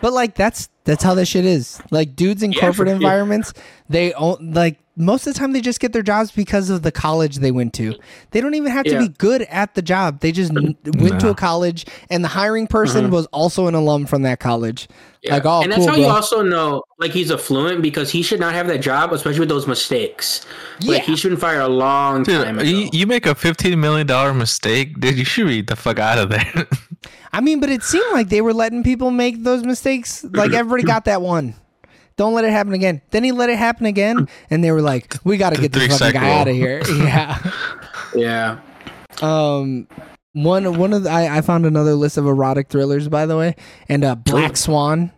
S4: But like that's that's how this shit is. Like dudes in
S2: Yeah,
S4: corporate
S2: for sure.
S4: environments, they own like most of the time they just get their jobs because of the college they went to. They don't even have to
S2: Yeah.
S4: be good at the job. They just n- went to a college and the hiring person was also an alum from that college. Like oh,
S2: Mm-hmm. and that's
S4: cool,
S2: how
S4: bro.
S2: you also know like he's affluent because he should not have that job, especially with those mistakes. Like
S4: Yeah.
S2: he should been fired a long time
S1: Dude,
S2: ago.
S1: you, you make a fifteen million dollar mistake, dude. You should be the fuck out of there.
S4: I mean, but it seemed like they were letting people make those mistakes. Like everybody got that one. Don't let it happen again. Then he let it happen again, and they were like, "We got to get this
S1: three
S4: fucking guy
S1: cycle.
S4: out of here." Yeah.
S2: yeah.
S4: Um, one one of the, I, I found another list of erotic thrillers by the way, and uh, Black Swan,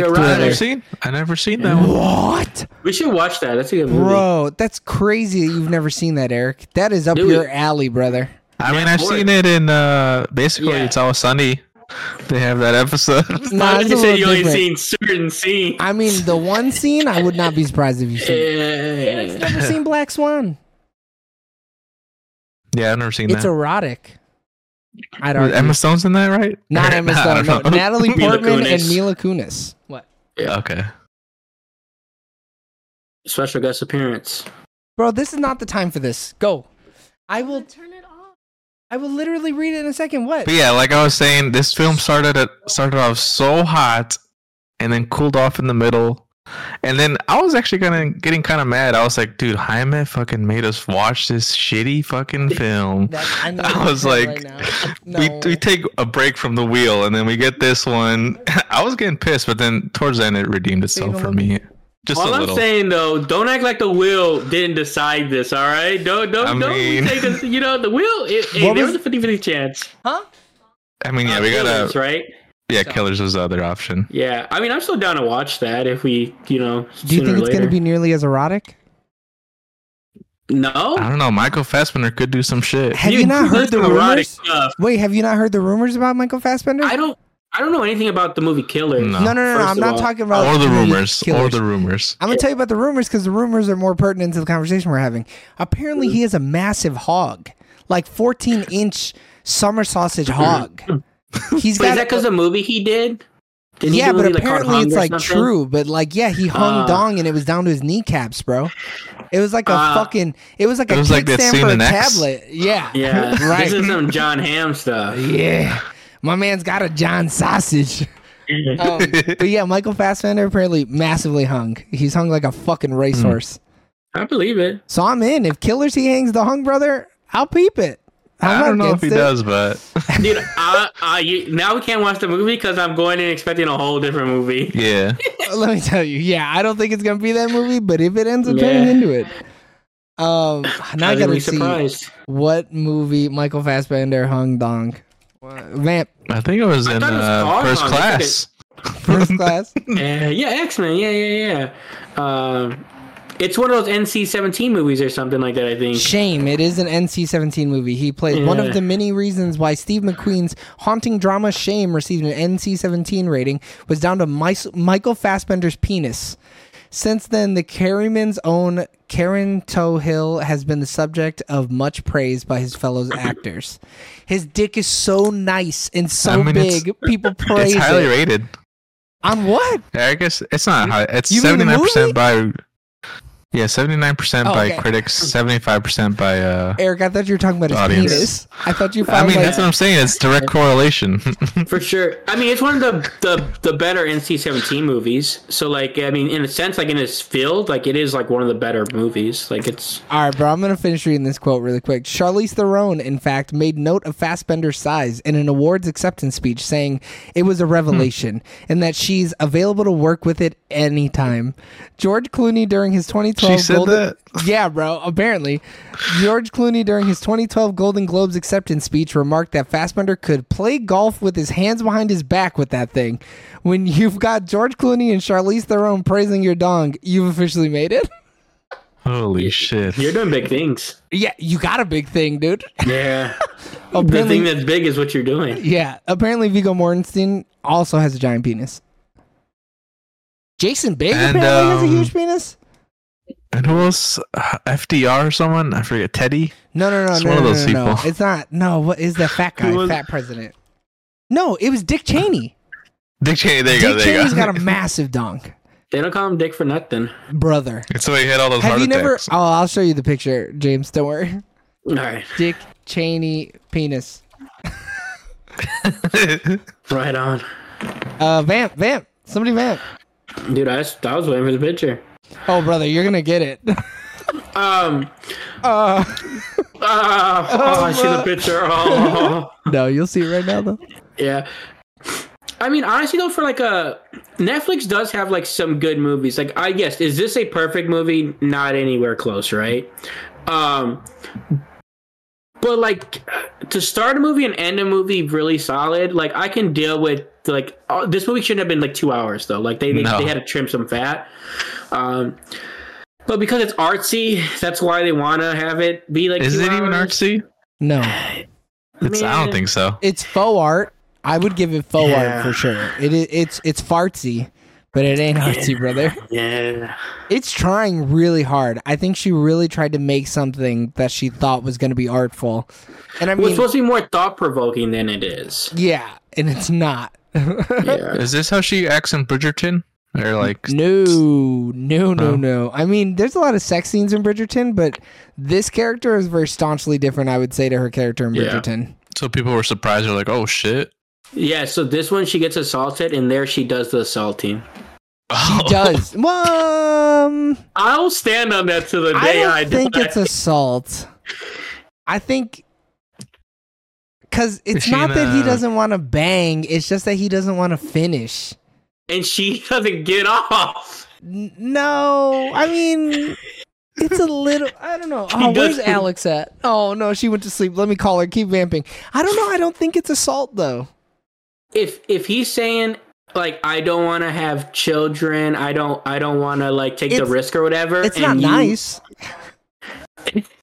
S1: I
S2: pretty erotic.
S1: never
S4: thriller.
S1: seen. I never seen that one.
S4: What,
S2: We should watch that. That's a good movie.
S4: bro? That's crazy. that You've never seen that, Eric. That is up
S2: Dude.
S4: your alley, brother.
S1: I mean, I've
S2: boy.
S1: seen it in uh, basically
S2: Yeah.
S1: it's all sunny. They have that episode.
S4: Nah,
S2: Why
S4: it's
S2: would
S4: a
S2: you say
S4: little
S2: you only seen
S4: different.
S2: certain scenes?
S4: I mean, the one scene I would not be surprised if you seen. it.
S2: Yeah.
S4: Never seen Black Swan.
S1: yeah, I've never seen
S4: It's
S1: that.
S4: erotic. I'd argue.
S1: Emma Stone's in that, right?
S4: not Emma
S1: I
S4: Stone.
S1: don't
S4: No,
S1: know.
S4: Natalie
S2: Mila
S4: Portman and
S2: Kunis.
S4: Mila Kunis. What?
S1: Okay.
S2: Special guest appearance.
S4: Bro, this is not the time for this. Go. I will.
S5: turn it off.
S4: I will literally read it in a second. What?
S1: But yeah, like I was saying, this film started at, started off so hot, and then cooled off in the middle, and then I was actually kind of getting kind of mad. I was like, dude, Jaime fucking made us watch this shitty fucking film.
S4: That, I, know
S1: I was
S4: right
S1: like,
S4: now.
S1: we
S4: No.
S1: we take a break from the wheel, and then we get this one. I was getting pissed, but then towards the end, it redeemed itself for me. Just
S2: All
S1: a
S2: I'm
S1: little.
S2: saying though, don't act like the will didn't decide this. All right, don't don't
S1: I
S2: don't
S1: mean-
S2: take us. You know the will. It, it-
S4: What
S2: there
S4: was-
S2: was a 50-50 chance.
S4: huh?
S1: I mean, yeah, we
S2: Killers,
S1: gotta.
S2: right.
S1: Yeah, Killers was the other option.
S2: Yeah, I mean, I'm still down to watch that if we, you know,
S4: Do you
S2: sooner
S4: think
S2: or
S4: it's going to
S2: later.
S4: be nearly as erotic?
S1: I
S4: Oh.
S2: no?
S1: don't know. Michael Fassbender could do some shit.
S4: Have you, not
S2: do
S4: heard the
S2: some erotic
S4: rumors?
S2: stuff.
S4: Wait, have you not heard the rumors about Michael Fassbender?
S2: I don't, I don't know anything about the movie Killers.
S1: No.
S4: no, no, no, no.
S2: First
S4: I'm
S2: of
S4: not
S2: all-
S4: talking about
S1: Or the
S4: community
S1: rumors. Or
S4: killers.
S1: the rumors.
S4: I'm gonna tell you about the rumors because the rumors are more pertinent to the conversation we're having. Apparently, he is a massive hog, like 14 inch summer sausage hog. He's
S2: But
S4: got
S2: is that because the movie he did? Didn't he
S4: yeah,
S2: do a
S4: but
S2: movie, like, called
S4: apparently
S2: Hunger
S4: it's
S2: or
S4: like
S2: something?
S4: true. But like, yeah, he hung
S2: Uh.
S4: dong and it was down to his kneecaps, bro. It was like a
S2: Uh.
S4: fucking. It was like
S1: It
S4: a
S1: was like that
S4: kickstand
S1: scene
S4: for a
S1: in X.
S4: tablet. Yeah,
S2: Yeah,
S4: right.
S2: This is some John Hamm stuff.
S4: yeah, my man's got a John sausage. Um, but yeah, Michael Fassbender apparently massively hung. He's hung like a
S1: Hmm.
S4: fucking racehorse.
S2: I believe it.
S4: So I'm in. If Killers he hangs the hung brother, I'll peep it. I'm
S1: I don't
S4: not
S1: know if
S4: against
S1: he
S4: it.
S1: does, but
S2: Dude, I, I, you, now we can't watch the movie because I'm going in expecting a whole different movie.
S1: yeah.
S4: Let me tell you, yeah, I don't think it's gonna be that movie, but if it ends up
S2: Yeah.
S4: turning into it, um, now I
S2: I'd
S4: gotta
S2: be
S4: see
S2: surprised.
S4: what movie Michael Fassbender hung dong. Vamp
S1: I think it was in
S2: thought it was
S1: uh,
S2: Farhan.
S1: first
S2: Look at
S1: class.
S4: first class.
S2: Uh, yeah, X Men. Yeah, yeah, yeah. Um, it's one of those NC-17 movies or something like that. I think.
S4: Shame it is an NC-17 movie. He played one of
S2: Yeah.
S4: the many reasons why Steve McQueen's haunting drama Shame received an NC-17 rating was down to Mis- Michael Fassbender's penis. Since then, the Carryman's own Karen Tohill has been the subject of much praise by his fellow actors. His dick is so nice and so
S1: I mean, it's-
S4: big, people praise
S1: It's highly
S4: it.
S1: rated.
S4: On what?
S1: I guess it's not high. It's
S4: You mean
S1: seventy
S4: the
S1: nine percent by. Yeah, seventy nine percent
S4: Oh,
S1: by
S4: okay.
S1: critics, seventy five percent by. uh
S4: Eric, I thought you were talking about his
S1: Audience.
S4: penis. I thought you
S1: I
S4: found
S1: mean,
S4: like,
S1: that's what I'm saying. It's direct correlation.
S2: For sure. I mean, it's one of the the, the better NC seventeen movies. So, like, I mean, in a sense, like in its field, like it is like one of the better movies. Like it's
S4: All right, bro. I'm gonna finish reading this quote really quick. Charlize Theron, in fact, made note of Fassbender's size in an awards acceptance speech, saying it was a revelation and that she's available to work with it anytime. George Clooney, during his 20
S1: She
S4: 2012
S1: said
S4: Golden
S1: that.
S4: Yeah, bro, apparently. George Clooney during his 2012 Golden Globes acceptance speech remarked that Fassbender could play golf with his hands behind his back with that thing. When you've got George Clooney and Charlize Theron praising your dong, you've officially made it.
S1: Holy shit!
S2: You're doing big things.
S4: Yeah, you got a big thing, dude.
S2: Yeah. the
S4: Apparently-
S2: thing that's big is what you're doing.
S4: Yeah, apparently Vigo Mortensen also has a giant penis. Jason Big
S1: And,
S4: apparently has a
S1: um,
S4: huge penis.
S1: And who else? Uh, FDR or someone? I forget. Teddy.
S4: No, no, no,
S1: It's
S4: no,
S1: one of
S4: no,
S1: those
S4: no, no, no.
S1: people.
S4: It's not. No, what is that fat guy?
S1: Who was-
S4: fat president. No, it was Dick Cheney.
S1: Dick Cheney. There you
S4: Dick
S1: go. There
S4: Cheney's
S1: you go.
S4: got a massive donk,
S2: They don't call him Dick for nothing.
S4: brother.
S1: And so he had all those
S4: Have
S1: heart
S4: you never?
S1: attacks.
S4: Oh, I'll show you the picture, James. Don't worry.
S2: All right.
S4: Dick Cheney penis.
S2: Right on.
S4: Uh, vamp, vamp. Somebody vamp.
S2: Dude, I was, I was waiting for the picture.
S4: Oh, brother, you're gonna get it.
S2: Um.
S4: Uh,
S2: ah, oh, I see the picture. Oh.
S4: no, you'll see it right now though.
S2: Yeah. I mean, honestly, though, for like a Netflix does have like some good movies. Like, I guess is this a perfect movie? Not anywhere close, right? Um, but like to start a movie and end a movie really solid. Like, I can deal with like oh, this movie shouldn't have been like two hours though. Like they they,
S1: No.
S2: they had to trim some fat. Um, but because it's artsy, that's why they want to have it be like.
S1: Is
S2: two
S1: it even
S2: hours.
S1: artsy?
S4: No,
S1: It's, I
S2: Man.
S1: don't think so.
S4: it's faux art. I would give it faux
S2: Yeah.
S4: art for sure. It is. It's it's fartsy, but it ain't artsy, brother.
S2: Yeah.
S4: It's trying really hard. I think she really tried to make something that she thought was going to be artful. And I
S2: It was
S4: mean,
S2: supposed to be more thought provoking than it is.
S4: yeah, and it's not.
S2: Yeah.
S1: Is this how she acts in Bridgerton? Or like,
S4: No, no, no,
S1: No.
S4: no. I mean, there's a lot of sex scenes in Bridgerton, but this character is very staunchly different, I would say, to her character in
S2: Yeah.
S4: Bridgerton.
S1: so people were surprised. They're like, "Oh shit!"
S2: Yeah, so this one she gets assaulted and there she does the assaulting.
S1: Oh.
S4: Does. Well, um,
S2: I'll stand on that to the
S4: I
S2: day
S4: don't
S2: I,
S4: think
S2: die.
S4: it's assault. I think because it's
S1: she
S4: not
S1: in
S4: that he
S1: a-
S4: doesn't want to bang, it's just that he doesn't want to finish.
S2: and she doesn't get off.
S4: N- No, I mean, it's a little. I don't know. Oh, where's
S2: doesn't-
S4: Alex at? Oh no, she went to sleep. Let me call her. Keep vamping. I don't know. I don't think it's assault though.
S2: If if he's saying like I don't want to have children, I don't I don't want to like take the
S4: It's-
S2: risk or whatever.
S4: It's
S2: and
S4: not
S2: you-
S4: nice.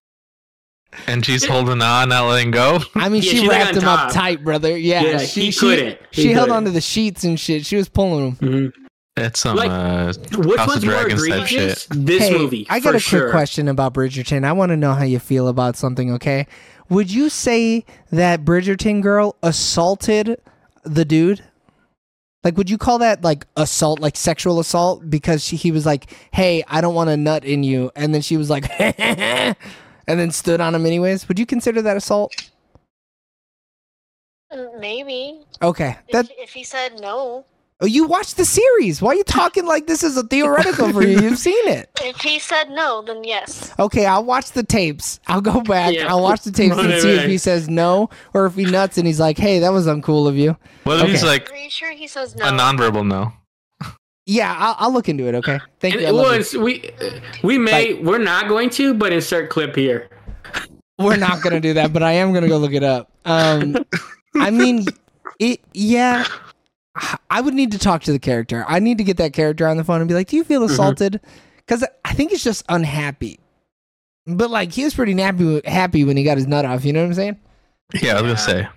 S1: And she's holding on, not letting go.
S4: I mean,
S2: Yeah,
S4: she,
S2: she like
S4: wrapped
S2: on
S4: him up
S2: top.
S4: tight, brother. Yeah,
S2: Yeah,
S4: she,
S2: he
S4: she-
S2: couldn't. He
S4: She held
S2: couldn't.
S4: onto the sheets and shit. She was pulling him.
S2: Mhm.
S1: That's some.
S2: Like,
S1: uh,
S2: Which
S1: House of
S2: one's more
S1: Dragons type
S2: egregious? This
S4: hey,
S2: movie.
S4: I got
S2: for
S4: a quick
S2: sure.
S4: question about Bridgerton. I want to know how you feel about something. Okay, would you say that Bridgerton girl assaulted the dude? Like, would you call that like assault, like sexual assault? Because she, he was like, "Hey, I don't want to nut in you," and then she was like, and then stood on him anyways. Would you consider that assault?
S5: Mm, Maybe.
S4: Okay,
S5: If,
S4: that
S5: if he said no.
S4: oh, you watched the series. Why are you talking like this is a theoretical for you? You've seen it.
S5: If he said no, then yes.
S4: Okay, I'll watch the tapes. I'll go back.
S2: Yeah.
S4: I'll watch the tapes
S2: Right,
S4: and see if
S2: right.
S4: he says no or if he nuts and he's like, "Hey, that was uncool of you."
S1: Whether he's
S4: Okay.
S1: like
S5: Are you sure he says
S1: a
S5: no?
S1: nonverbal no.
S4: Yeah, I'll, I'll look into it. Okay, thank
S2: And
S4: you. I
S2: it
S4: love
S2: was we we may we're not going to, but insert clip here.
S4: you. We're not gonna do that, but I am gonna go look it up. Um, I mean, it. Yeah, I- I would need to talk to the character. I need to get that character on the phone and be like, "Do you
S2: Mm-hmm.
S4: feel assaulted?" Because I think he's just unhappy. But like, he was pretty nappy, happy when he got his nut off. You know what I'm saying?
S1: Yeah, I was gonna
S2: Yeah.
S1: say.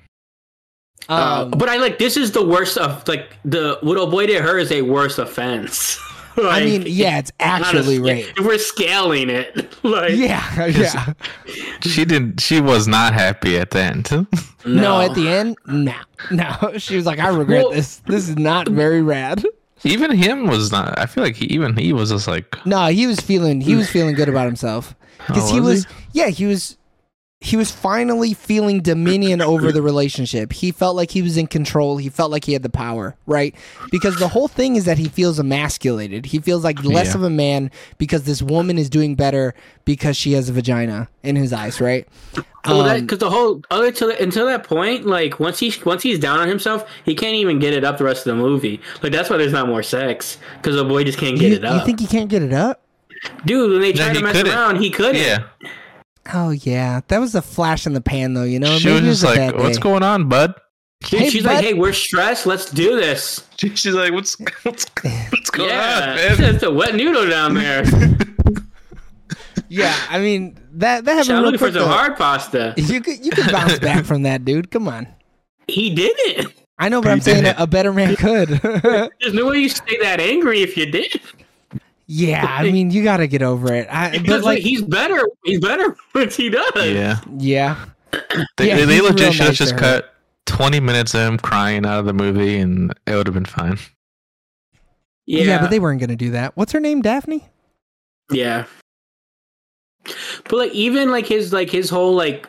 S2: Uh,
S4: Um,
S2: but I like this is the worst of like the what avoided her is a worse offense.
S4: I
S2: Like,
S4: mean, yeah, it's
S2: on a
S4: actually
S2: sca-
S4: rape.
S2: We're scaling it. like
S4: Yeah, yeah.
S1: She didn't. She was not happy at the end.
S4: No. at the end, no, no. She was like, "I regret
S2: Well-
S4: this. This is not very rad."
S1: even him was not. I feel like he, even he was just like,
S4: No, he was feeling he was feeling good about himself because
S1: Oh,
S4: he was
S1: was
S4: yeah he was he was finally feeling dominion over the relationship. He felt like he was in control. He felt like he had the power, right? Because the whole thing is that he feels emasculated. He feels like less
S1: Yeah.
S4: of a man because this woman is doing better because she has a vagina in his eyes, right?
S2: Well, that
S4: Um,
S2: because the whole other till until that point, like once he once he's down on himself, he can't even get it up the rest of the movie. Like that's why there's not more sex because the boy just can't get
S4: you,
S2: it up.
S4: you think he can't get it up?
S2: Dude, when they tried
S1: Then
S2: to
S1: he
S2: mess
S1: couldn't.
S2: around, he couldn't.
S1: yeah.
S4: Oh yeah, that was a flash in the pan, though. You know,
S1: she was
S4: Maybe it
S1: just
S4: a
S1: like,
S4: bad
S1: "What's
S4: day."
S1: going on, bud?"
S2: Dude,
S4: Hey,
S2: she's
S4: bud.
S2: like, hey, we're stressed. Let's do this.
S1: She- She's like, "What's what's, what's going on,
S2: yeah.
S1: man?"
S2: it's a wet noodle down there.
S4: Yeah, I mean that that happened
S2: I'm
S4: real
S2: looking for
S4: quick.
S2: some
S4: though.
S2: hard pasta.
S4: You could you could bounce back from that, dude. Come on.
S2: He did it.
S4: I know, but
S1: He
S4: I'm saying
S1: did.
S4: a, a better man could.
S2: There's no way you stay that angry if you did.
S4: yeah, I mean you got to get over it. I,
S2: Because
S4: but
S2: like,
S4: like,
S2: he's better. He's better once he does.
S1: Yeah,
S4: yeah,
S1: they,
S4: Yeah,
S1: they- they
S4: he's real
S1: legit should have
S4: nice to
S1: just
S4: her.
S1: cut twenty minutes of him crying out of the movie, and it would have been fine.
S4: yeah,
S2: Yeah. Yeah.
S4: but they weren't gonna do that. What's her name? Daphne.
S2: But like, even like his like his whole like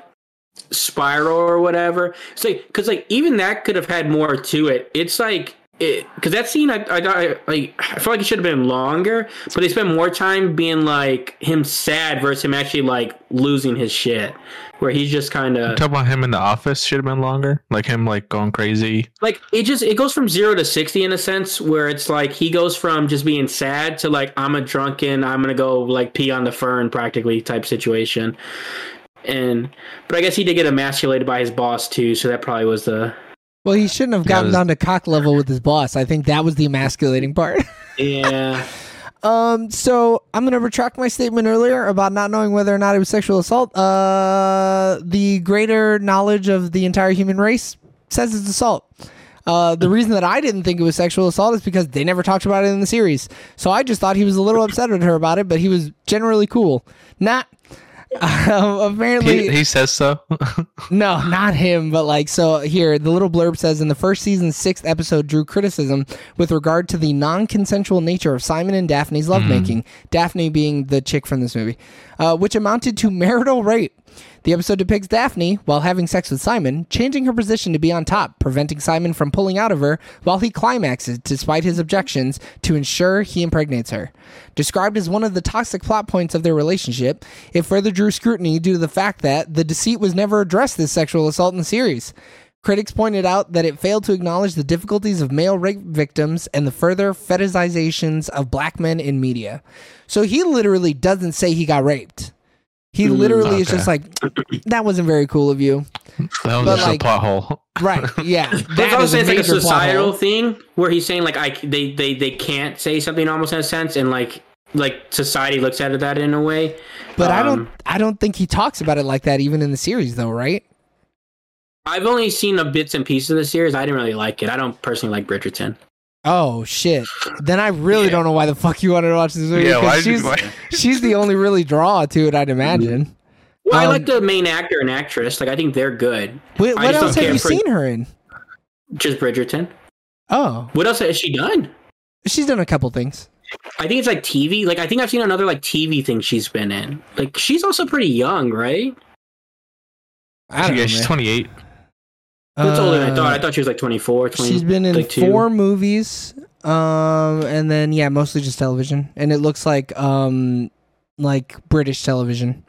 S2: spiral or whatever. It's like because like even that could have had more to it. It's like. Because that scene, I, I, I like, I feel like it should have been longer, but they spent more time being like him sad versus him actually like losing his shit, where he's just kind of
S1: Talk about him in the office should have been longer, like him like going crazy.
S2: like it just it goes from zero to 60 in a sense where it's like he goes from just being sad to like i'm a drunken i'm gonna go like pee on the fern practically type situation and but i guess he did get emasculated by his boss too so that probably was the
S4: Well, he shouldn't have
S1: Yeah,
S4: gotten
S1: it was-
S4: down to cock level with his boss. I think that was the emasculating part.
S2: yeah
S4: Um, so I'm gonna retract my statement earlier about not knowing whether or not it was sexual assault. Uh, the greater knowledge of the entire human race says it's assault. Uh, the reason that I didn't think it was sexual assault is because they never talked about it in the series. So I just thought he was a little upset at her about it, but he was generally cool. Not um, apparently.
S1: He, he says so.
S4: No, not him, but like, so here, the little blurb says in the first season, sixth episode drew criticism with regard to the non consensual nature of Simon and Daphne's lovemaking, Daphne being the chick from this movie, uh, which amounted to marital rape. The episode depicts Daphne, while having sex with Simon, changing her position to be on top, preventing Simon from pulling out of her while he climaxes, despite his objections, to ensure he impregnates her. Described as one of the toxic plot points of their relationship, it further drew scrutiny due to the fact that the deceit was never addressed as sexual assault in the series. Critics pointed out that it failed to acknowledge the difficulties of male rape victims and the further fetishizations of black men in media. So he literally doesn't say he got raped. He literally is
S1: okay.
S4: just like, that wasn't very cool of you.
S1: That was
S4: But,
S1: just
S4: like-
S1: a plot hole.
S4: Right. Yeah.
S2: That's
S4: That
S2: what I
S4: is
S2: was saying. It's like a
S4: major plot
S2: societal
S4: hole.
S2: thing where he's saying like I they they they can't say something almost in a sense, and like like society looks at it that in a way.
S4: But I don't
S2: Um,
S4: I don't think he talks about it like that even in the series though, right?
S2: I've only seen a bits and pieces of the series. I didn't really like it. I don't personally like Bridgerton.
S4: Oh shit. Then I really don't know why the fuck you wanted to watch this movie.
S1: Yeah,
S4: 'cause
S1: why,
S4: she's,
S1: why?
S4: she's the only really draw to it, I'd imagine.
S2: Well,
S4: Um,
S2: I like the main actor and actress. Like, I think they're good.
S4: Wait,
S2: I
S4: what
S2: just
S4: else
S2: don't
S4: have
S2: care
S4: you
S2: for-
S4: seen her in?
S2: Just Bridgerton.
S4: Oh.
S2: What else has she done?
S4: She's done a couple things.
S2: I think it's like TV. Like, I think I've seen another like TV thing she's been in. Like, she's also pretty young, right?
S4: I don't
S1: yeah,
S4: know.
S1: she's
S4: man.
S1: 28.
S2: That's older than I
S4: Uh,
S2: thought. I thought she was like 24, 20.
S4: She's been in
S2: like two.
S4: four movies, um, and then yeah, mostly just television, and it looks like um, like British television.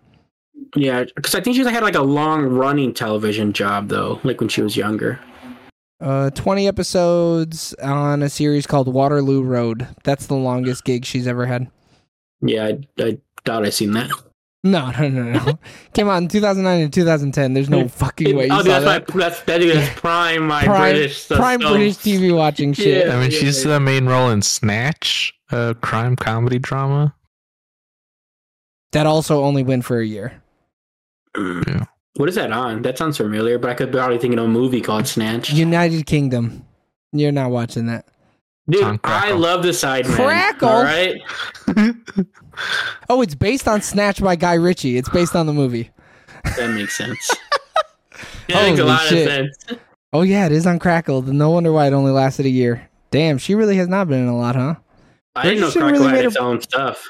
S2: Yeah, because I think she's had like a long running television job though, like when she was younger.
S4: Uh, twenty episodes on a series called Waterloo Road. That's the longest gig she's ever had.
S2: Yeah, I, I doubt I seen that.
S4: No, no, no, no. Came out in two thousand nine and two thousand ten. There's no fucking way you
S2: oh,
S4: saw
S2: dude, that's
S4: that.
S2: my that's that dude, that's prime my
S4: prime
S2: British stuff.
S4: prime
S2: so-
S4: British TV watching shit.
S1: I
S2: Yeah,
S1: mean,
S2: yeah,
S1: she's
S2: yeah.
S1: the main role in Snatch, a crime comedy drama.
S4: That also only went for a year.
S1: Yeah.
S2: What is that on? That sounds familiar, but I could barely think of a movie called Snatch.
S4: United Kingdom. You're not watching that.
S1: Tom
S2: Dude, I
S1: Crackle.
S2: love the side
S4: Crackle?
S2: All right,
S4: Oh, it's based on Snatch by Guy Ritchie. It's based on the movie.
S2: that makes sense. That makes
S4: Holy
S2: a lot
S4: shit.
S2: of sense.
S4: Oh yeah, it is on Crackle. Then No wonder why it only lasted a year. Damn, she really has not been in a lot, huh?
S2: I didn't know
S4: Bridgerton
S2: Crackle
S4: really
S2: had
S4: made
S2: its own stuff.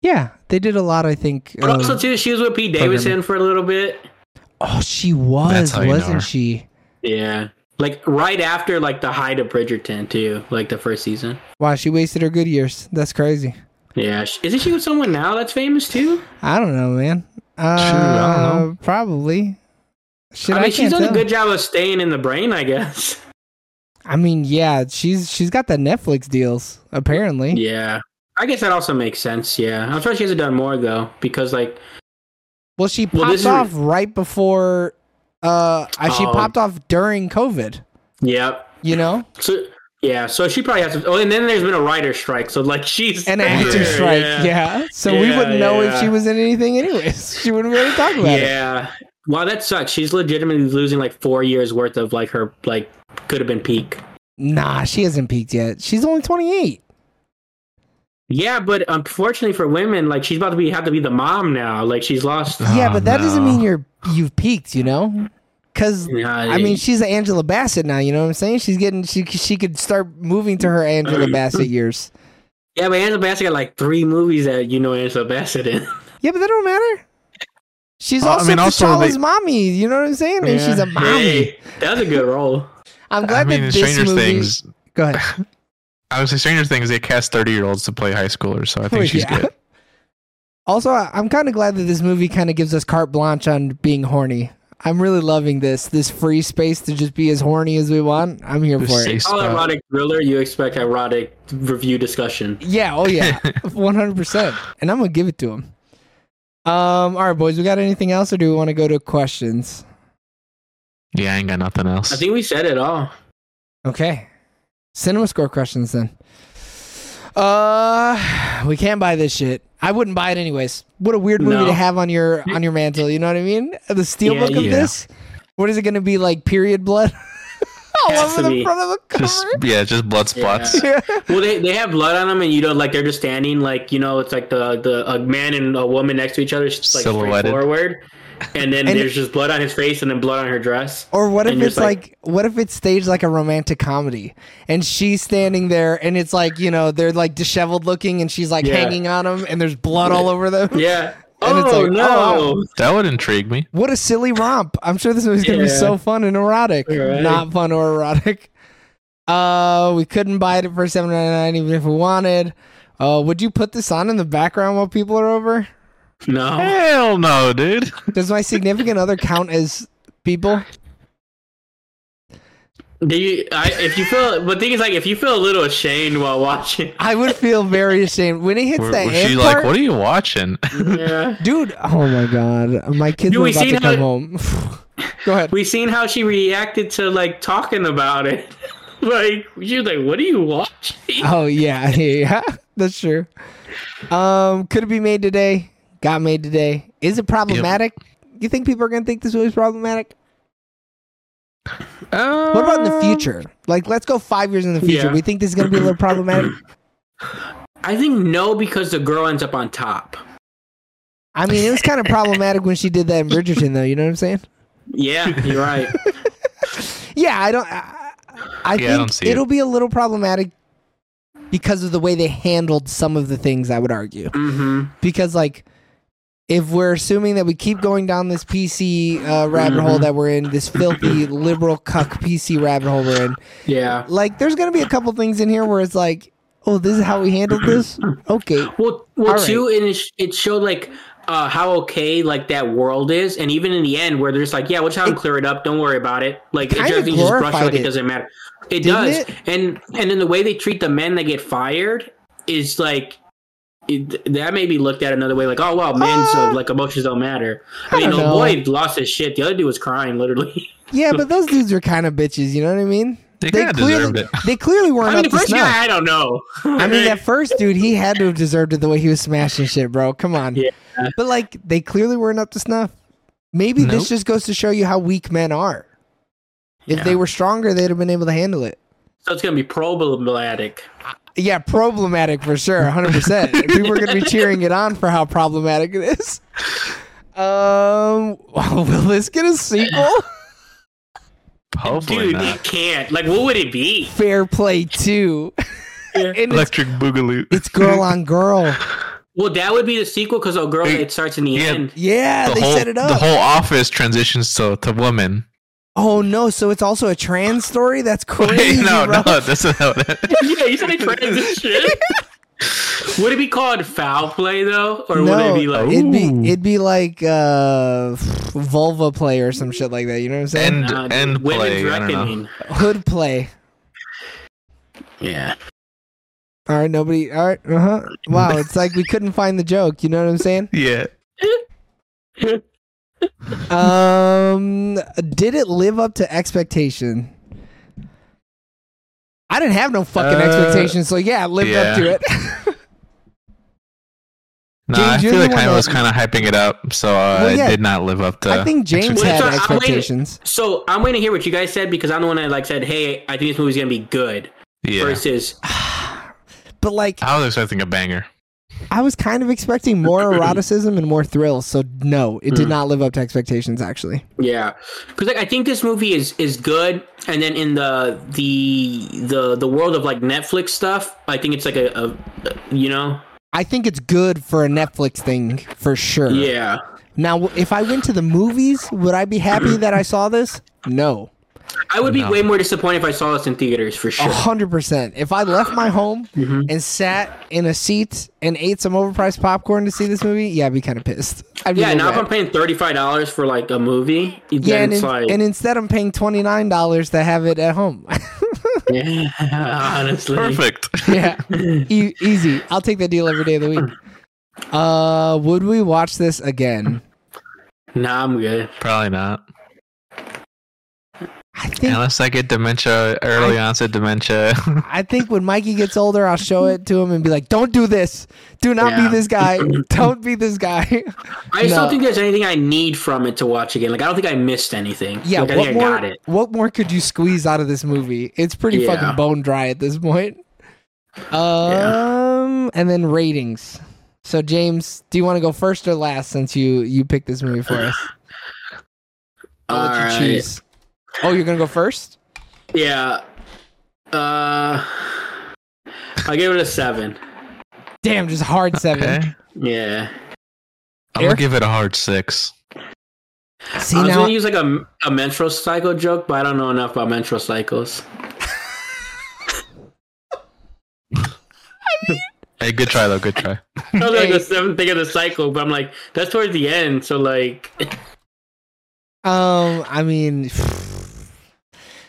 S4: Yeah, they did a lot. I think.
S2: But
S4: uh,
S2: also too, she was with Pete Davidson for a little bit.
S4: oh, she was,
S1: That's how you know her.
S4: wasn't she?
S2: Yeah. Like right after like the height of Bridgerton too, like the first season.
S4: Wow, she wasted her good years. That's crazy.
S2: Yeah, sh- isn't she with someone now that's famous too?
S4: I don't know, man. Uh,
S1: I don't
S4: Probably. Shit,
S2: I
S4: I,
S2: mean,
S4: can't
S2: she's done
S4: tell.
S2: a good job of staying in the brain, I guess.
S4: I mean, yeah, she's she's got the Netflix deals apparently.
S2: Yeah, I guess that also makes sense. Yeah, I'm surprised she hasn't done more though, because like
S4: Well, she
S2: Well,
S4: popped
S2: this is-
S4: off right before. Uh, uh, she
S2: Oh.
S4: popped off during COVID.
S2: yeah,
S4: You know,
S2: so yeah, so she probably has. To, oh, and then there's been a writer strike, so like she's
S4: an
S2: there,
S4: actor strike. Yeah. So we
S2: Yeah,
S4: wouldn't know if
S2: yeah.
S4: she was in anything, anyways. She wouldn't really talk about it.
S2: Yeah. Wow, that sucks. She's legitimately losing like four years worth of like her like could have been peak.
S4: Nah, she hasn't peaked yet. She's only 28.
S2: Yeah, but unfortunately for women, like she's about to be have to be the mom now. Like she's lost.
S4: yeah,
S1: Oh,
S4: but that doesn't mean
S1: no.
S4: you're you've peaked. You know, because I mean, she's an Angela Bassett now. You know what I'm saying? She's getting she she could start moving to her Angela Bassett years.
S2: yeah, but Angela Bassett got like three movies that you know Angela Bassett in.
S4: Yeah, but that don't matter. She's
S1: Uh, I
S4: also
S1: mean, also,
S4: T'Challa's
S1: like- mommy,
S4: mommy. You know what I'm saying? And she's a mommy.
S2: Hey, that was a good role.
S4: I'm
S1: I
S4: glad
S1: mean, in
S4: that this
S1: Stranger
S4: movie.
S1: Things,
S4: Go ahead.
S1: I would say Stranger Things, they cast 30 year olds to play high schoolers, so I think
S4: Well,
S1: she's
S4: Oh, yeah.
S1: good.
S4: Also, I- I'm kind of glad that this movie kind of gives us carte blanche on being horny. I'm really loving this this free space to just be as horny as we want. I'm here
S1: This
S4: for it.
S1: safe
S2: All
S1: spot.
S2: erotic thriller, you expect erotic review discussion.
S4: Yeah, oh yeah, 100%. And I'm gonna give it to him. Um, all right, boys, we got anything else, or do we want to go to questions?
S1: Yeah, I ain't got nothing else.
S2: I think we said it all.
S4: Okay. Cinema score questions then. Uh we can't buy this shit. I wouldn't buy it anyways. What a weird movie
S2: No.
S4: to have on your on your mantle, you know what I mean? The steelbook
S2: Yeah,
S4: of
S1: yeah.
S4: this? What is it gonna be like period blood? All
S2: Has
S4: over
S2: to
S4: the
S2: be.
S4: front of the cover.
S1: just, yeah, just blood spots.
S4: yeah.
S2: Well, they, they have blood on them, and you know, like they're just standing, like you know, it's like the the a man and a woman next to each other, just like straight
S1: Silhouetted.
S2: forward, and then
S4: And-
S2: there's just blood on his face, and then blood on her dress.
S4: Or what if
S2: And you're
S4: it's like, what if it's staged like a romantic comedy and she's standing there and it's like, you know, they're like disheveled looking and she's like
S2: Yeah.
S4: hanging on them and there's blood all over them.
S2: Yeah.
S4: And
S2: oh
S4: it's like,
S2: no.
S4: oh.
S1: That would intrigue me.
S4: What a silly romp. I'm sure this movie's going to be
S2: Yeah.
S4: so fun and erotic.
S2: Right.
S4: Not fun or erotic. Uh, we couldn't buy it for 7.99 even if we wanted. Uh, would you put this on in the background while people are over?
S2: No.
S1: Hell no, dude.
S4: Does my significant other count as people?
S2: Do you? I, if you feel, but the thing is, like, if you feel a little ashamed while watching,
S4: I would feel very ashamed when it hits
S1: Were-
S4: that
S1: was
S4: end
S1: she
S4: part.
S1: like, what are you watching?
S2: yeah.
S4: Dude, oh my god, my kids
S2: Dude,
S4: are
S2: we
S4: about
S2: seen
S4: to come
S2: how-
S4: home. Go ahead.
S2: We seen how she reacted to like talking about it. like she was like, "What are you watching?"
S4: Oh yeah, yeah, that's true. Um, could it be made today? Got made today. Is it problematic? You think people are gonna think this movie's problematic? What about in
S1: Uh,
S4: the future? Like, let's go five years in the future.
S2: Yeah.
S4: We think this is gonna be a little problematic.
S2: I think no because the girl ends up on top.
S4: I mean, it was kind of problematic when she did that in Bridgerton, though. You know what I'm saying?
S2: Yeah, you're right.
S4: Yeah, I don't. I, I
S1: Yeah, I
S4: think
S1: don't see it.
S4: it'll be a little problematic because of the way they handled some of the things. I would argue.
S2: hmm
S4: because like if we're assuming that we keep going down this PC uh, rabbit
S2: Mm-hmm.
S4: hole that we're in, this filthy liberal cuck PC rabbit hole we're in,
S2: Yeah.
S4: like there's gonna be a couple things in here where it's like, oh, this is how we handled this. Okay,
S2: Well, well,
S4: All right.
S2: too, and it, sh- it showed like uh, how okay like that world is, and even in the end where they're just like, yeah, we'll try and clear it up. Don't worry about it. Like it
S4: kinda
S2: just, you just brush it
S4: glorified
S2: like it.
S4: it.
S2: doesn't matter. It
S4: Didn't
S2: does,
S4: it?
S2: and and then the way they treat the men that get fired is like. It, that may be looked at another way, like, oh wow, men's
S4: Uh,
S2: uh, like emotions don't matter. I,
S4: I
S2: mean,
S4: don't
S2: the
S4: know.
S2: boy lost his shit. The other dude was crying, literally.
S4: yeah, but those dudes are kind of bitches. You know what I mean?
S1: They kinda
S4: clearly,
S1: deserved it.
S4: They clearly weren't
S2: I mean, the
S4: up to
S2: first
S4: snuff.
S2: guy, I don't know.
S4: I mean, that first dude, he had to have deserved it the way he was smashing shit, bro. Come on.
S2: Yeah.
S4: But like, they clearly weren't up to snuff. Maybe
S1: Nope.
S4: this just goes to show you how weak men are. If they
S2: Yeah.
S4: were stronger, they'd have been able to handle it.
S2: so it's gonna be problematic.
S4: Yeah, problematic for sure, 100%. People are going to be cheering it on for how problematic it is. Um, will this get a sequel?
S1: Hopefully
S2: Dude,
S1: not.
S2: it can't. Like, what would it be?
S4: Fair play too.
S2: Yeah.
S4: and it's,
S1: Electric Boogaloo.
S4: it's girl on girl.
S2: Well, that would be the sequel because oh, girl,
S1: Wait,
S2: it starts in the
S1: yeah.
S2: end.
S4: Yeah,
S1: the
S4: they
S1: whole,
S4: set it up.
S1: The whole office transitions to, to woman.
S4: oh no, so it's also a trans story? That's
S1: Wait,
S4: crazy.
S1: no,
S4: bro.
S1: no, that's not how it
S2: yeah, you said a transition. would it be called foul play though, or would it be like?
S4: it'd
S1: Ooh.
S4: be it'd be like uh vulva play or some shit like that. You know what I'm saying?
S1: End,
S2: Nah, dude,
S1: end
S2: uh, women's
S1: play. I don't know.
S2: reckoning.
S4: Hood play.
S2: Yeah.
S4: All right, nobody. All right, uh huh. Wow, it's like we couldn't find the joke. You know what I'm saying?
S1: Yeah.
S4: Um, did it live up to expectation? I didn't have no fucking
S1: Uh,
S4: expectations, so yeah, it lived up to
S1: yeah.
S4: it.
S1: No,
S4: James,
S1: I
S4: you're
S1: feel
S4: the
S1: like
S4: one
S1: I
S4: that-
S1: was kind of hyping it up, so uh,
S4: Well, yeah.
S1: it did not live up to.
S4: I think James
S2: Well, that's
S4: had
S2: what I'm waiting-
S4: expectations.
S2: So I'm waiting to hear what you guys said because I'm the one that like said, "Hey, I think this movie's gonna be good."
S1: Yeah.
S2: Versus,
S4: But like,
S1: I was expecting a banger.
S4: I was kind of expecting more eroticism and more thrills, so no, it did
S2: Mm.
S4: not live up to expectations. Actually,
S2: yeah, because like I think this movie is is good, and then in the the the the world of like Netflix stuff, I think it's like a, a you know,
S4: I think it's good for a Netflix thing for sure.
S2: yeah.
S4: Now, if I went to the movies, would I be happy that I saw this? No.
S2: I would be
S1: No.
S2: way more disappointed if I saw this in theaters for sure.
S4: A
S1: Oh,
S4: hundred percent. If I left my home
S2: Mhm.
S4: and sat in a seat and ate some overpriced popcorn to see this movie, yeah, I'd be kind of pissed. I'd be
S2: yeah,
S4: real
S2: now if
S4: mad.
S2: I'm paying thirty five dollars for like a movie, then
S4: yeah, and,
S2: it's
S4: in-
S2: like
S4: and instead I'm paying twenty nine dollars to have it at home.
S2: yeah, honestly,
S1: Perfect.
S4: yeah, e- easy. I'll take that deal every day of the week. Uh, would we watch this again?
S2: Nah, I'm good.
S1: Probably not.
S4: I think
S1: Unless I get dementia, early onset dementia.
S4: I think when Mikey gets older, I'll show it to him and be like, "Don't do this. Do not
S2: Yeah.
S4: be this guy. Don't be this guy."
S2: I just
S4: No.
S2: don't think there's anything I need from it to watch again. Like I don't think I missed anything.
S4: Yeah,
S2: like, I
S4: what
S2: think
S4: more?
S2: I got it.
S4: What more could you squeeze out of this movie? It's pretty
S2: Yeah.
S4: fucking bone dry at this point. Um, and then ratings. So James, do you want to go first or last since you you picked this movie for us? I'll
S2: All
S4: let you
S2: right.
S4: choose. Oh, you're gonna go first?
S2: Yeah. Uh, I give it a seven.
S4: Damn, just hard seven.
S1: Okay.
S2: Yeah.
S1: I'm gonna
S4: Eric?
S1: give it a hard six.
S4: See
S2: I was
S4: now,
S2: gonna use like a, a menstrual cycle joke, but I don't know enough about menstrual cycles.
S1: Hey, good try though. Good try.
S2: I was like
S4: Hey.
S2: the seventh thing of the cycle, but I'm like that's towards the end, so like
S4: Um, I mean,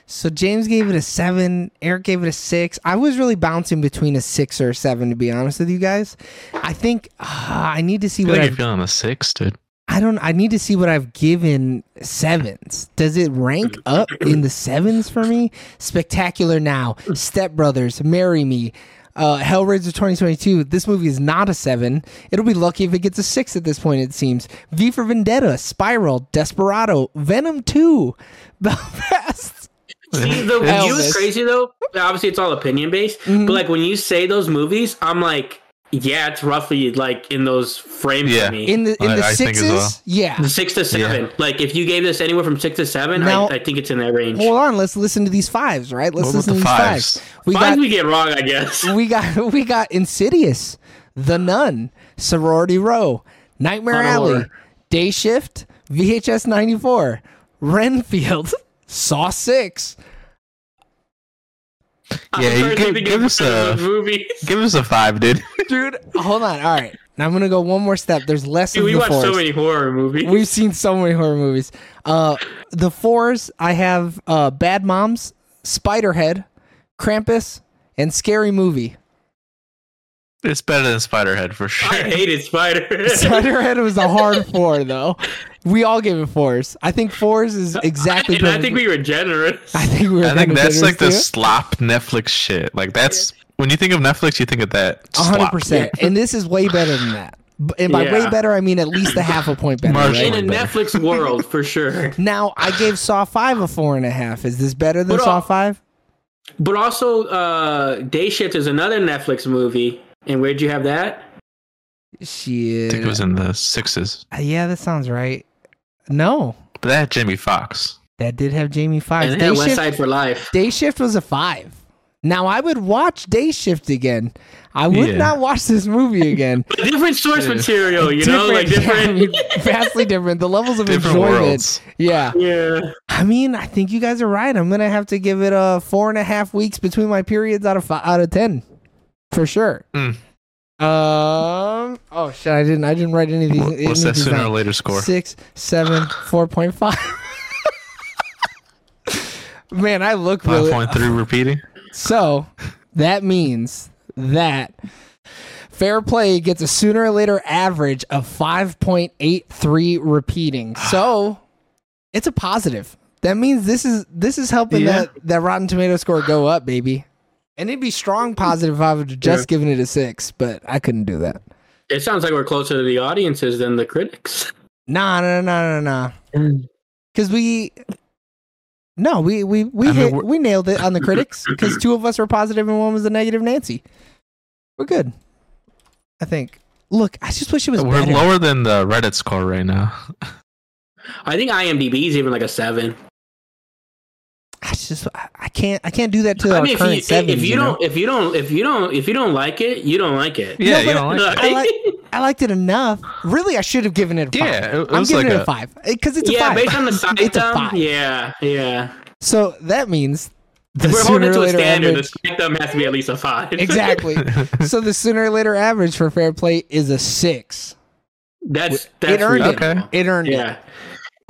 S4: so James gave it a seven. Eric gave it a six. I was really bouncing between a six or a seven, to be honest with you guys. I think uh, I need to see
S1: I feel
S4: what
S1: like you're
S4: I've,
S1: feeling a six, dude.
S4: I don't. I need to see what I've given sevens. Does it rank up in the sevens for me? Spectacular now, Step Brothers, Marry Me. Uh, Hellraiser 2022. This movie is not a seven. It'll be lucky if it gets a six at this point. It seems. V for Vendetta, Spiral, Desperado, Venom 2, Belfast.
S2: See, the
S4: Elvis.
S2: you was crazy though. Obviously, it's all opinion based,
S4: Mhm.
S2: but like when you say those movies, I'm like, yeah, it's roughly like in those frames
S1: Yeah.
S2: for me.
S4: In the in
S1: I-
S4: the
S1: I think as
S4: sixes,
S1: well.
S4: yeah.
S2: the six to seven. Like if you gave this anywhere from six to seven,
S4: Now-
S2: I, I think it's in that range.
S4: Hold on, let's listen to these fives, right? Let's
S1: What about
S4: listen to
S1: the
S4: these fives.
S1: fives?
S4: We
S2: Five we get wrong, I guess.
S4: we got we got Insidious, The Nun, Sorority Row, Nightmare
S2: Lot of
S4: Alley,
S2: horror.
S4: Day Shift, VHS ninety four, Renfield, Saw six.
S1: Yeah,
S2: I'm
S1: you
S2: sorry,
S1: give-
S2: we get
S1: give us
S2: rid of
S1: a-
S2: those movies.
S1: Give us a five, dude.
S4: Dude, hold on. All right, now I'm gonna go one more step. There's less
S2: Dude,
S4: of
S2: we
S4: the
S2: watch
S4: fours.
S2: so many horror movies.
S4: We've seen so many horror movies. Uh, the fours I have uh, Bad Moms, Spiderhead, Krampus, and Scary Movie.
S1: It's better than Spiderhead for sure.
S2: I hated Spider.
S4: Spiderhead was a hard four, though. We all gave it fours. I think fours is exactly.
S2: and I
S4: perfect.
S2: think we were generous.
S4: I think we were.
S1: I
S4: kind
S1: think
S4: of
S1: that's
S4: generous
S1: like the
S4: too.
S1: slop Netflix shit. Like that's when you think of Netflix, you think of that.
S4: A hundred
S1: slop.
S4: percent. And this is way better than that. B- And by way
S2: Yeah.
S4: better, I mean at least a half a point better.
S2: in
S1: Marginally.
S4: right?
S2: a
S1: better.
S2: Netflix world for sure.
S4: Now I gave Saw Five a four and a half. Is this better than
S2: But, uh,
S4: Saw Five?
S2: But also, uh, Day Shift is another Netflix movie. And where'd you have that?
S1: I
S4: Shit.
S1: think it was in the sixes.
S4: Uh, yeah, that sounds right. No,
S1: But that had Jamie Fox.
S4: that did have Jamie Fox.
S2: And then
S4: Day
S2: West
S4: Shift.
S2: Side for Life.
S4: Day Shift was a five. Now I would watch Day Shift again. I would
S1: Yeah.
S4: not watch this movie again.
S2: Different source
S1: Yeah.
S2: material, you know, like
S4: yeah, I
S2: different.
S4: mean, vastly different. The levels of
S1: Different
S4: enjoyment.
S1: worlds.
S4: Yeah.
S2: Yeah.
S4: I mean, I think you guys are right. I'm gonna have to give it a four and a half weeks between my periods out of fi- out of ten, for sure.
S1: Mm.
S4: Um. Oh shit! I didn't. I didn't write any of these. any
S1: What's
S4: of
S1: that
S4: these
S1: sooner or
S4: down.
S1: later score?
S4: Six, seven, four point five. Man, I look
S1: Five
S4: really.
S1: point three repeating.
S4: So that means that fair play gets a sooner or later average of 5.83 repeating. So it's a positive. That means this is this is helping
S1: Yeah.
S4: that that Rotten Tomato score go up, baby. And it'd be strong positive if I would have just given it a six, but I couldn't do that.
S2: It sounds like we're closer to the audiences than the critics.
S4: Nah, nah, nah, nah, nah.
S2: Mm.
S4: Because we, no, we we we
S1: I mean,
S4: hit,
S1: we're-
S4: we nailed it on the critics because two of us were positive and one was a negative Nancy. We're good, I think. Look, I just wish it was
S1: We're
S4: better.
S1: lower than the Reddit score right now.
S2: I think IMDb is even like a seven.
S4: I just I, I can't I can't do that to
S2: I
S4: our
S2: mean, if
S4: current
S2: you,
S4: sevens.
S2: if you,
S4: you know?
S2: don't, if you don't, if you don't, if you don't like it, you don't like it.
S1: Yeah,
S4: but
S1: you don't like
S4: I like- I liked it enough. Really, I should have given it. a
S1: Yeah,
S4: five.
S1: it- it
S4: I'm
S1: was
S4: giving
S1: like
S4: it a,
S1: a-
S4: five because it's
S2: yeah,
S4: a five.
S2: based on the side
S4: It's a
S2: thumb,
S4: five.
S2: Yeah, yeah.
S4: so that means the
S2: If we're holding it
S4: sooner or
S2: to a
S4: later
S2: standard.
S4: average-
S2: The side thumb has to be at least a five.
S4: exactly. so the sooner or later average for fair play is a six.
S2: that's
S4: It
S2: that's
S4: earned
S1: it.
S2: reasonable.
S4: It earned it.
S2: Yeah.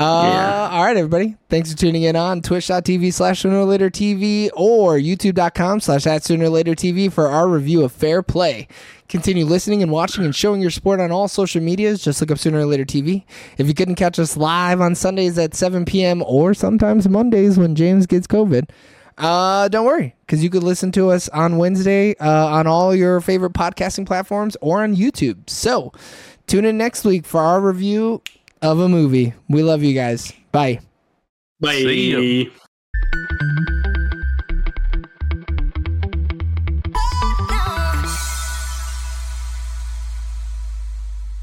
S4: Uh, All right, everybody. Thanks for tuning in on twitch.tv slash sooner or later TV or youtube.com slash at sooner or later TV for our review of Fair Play. Continue listening and watching and showing your support on all social medias. Just look up sooner or later TV. If you couldn't catch us live on Sundays at 7 p.m. or sometimes Mondays when James gets COVID, uh, don't worry because you could listen to us on Wednesday uh, on all your favorite podcasting platforms or on YouTube. So tune in next week for our review of a movie. We love you guys. Bye.
S2: Bye.
S1: See ya.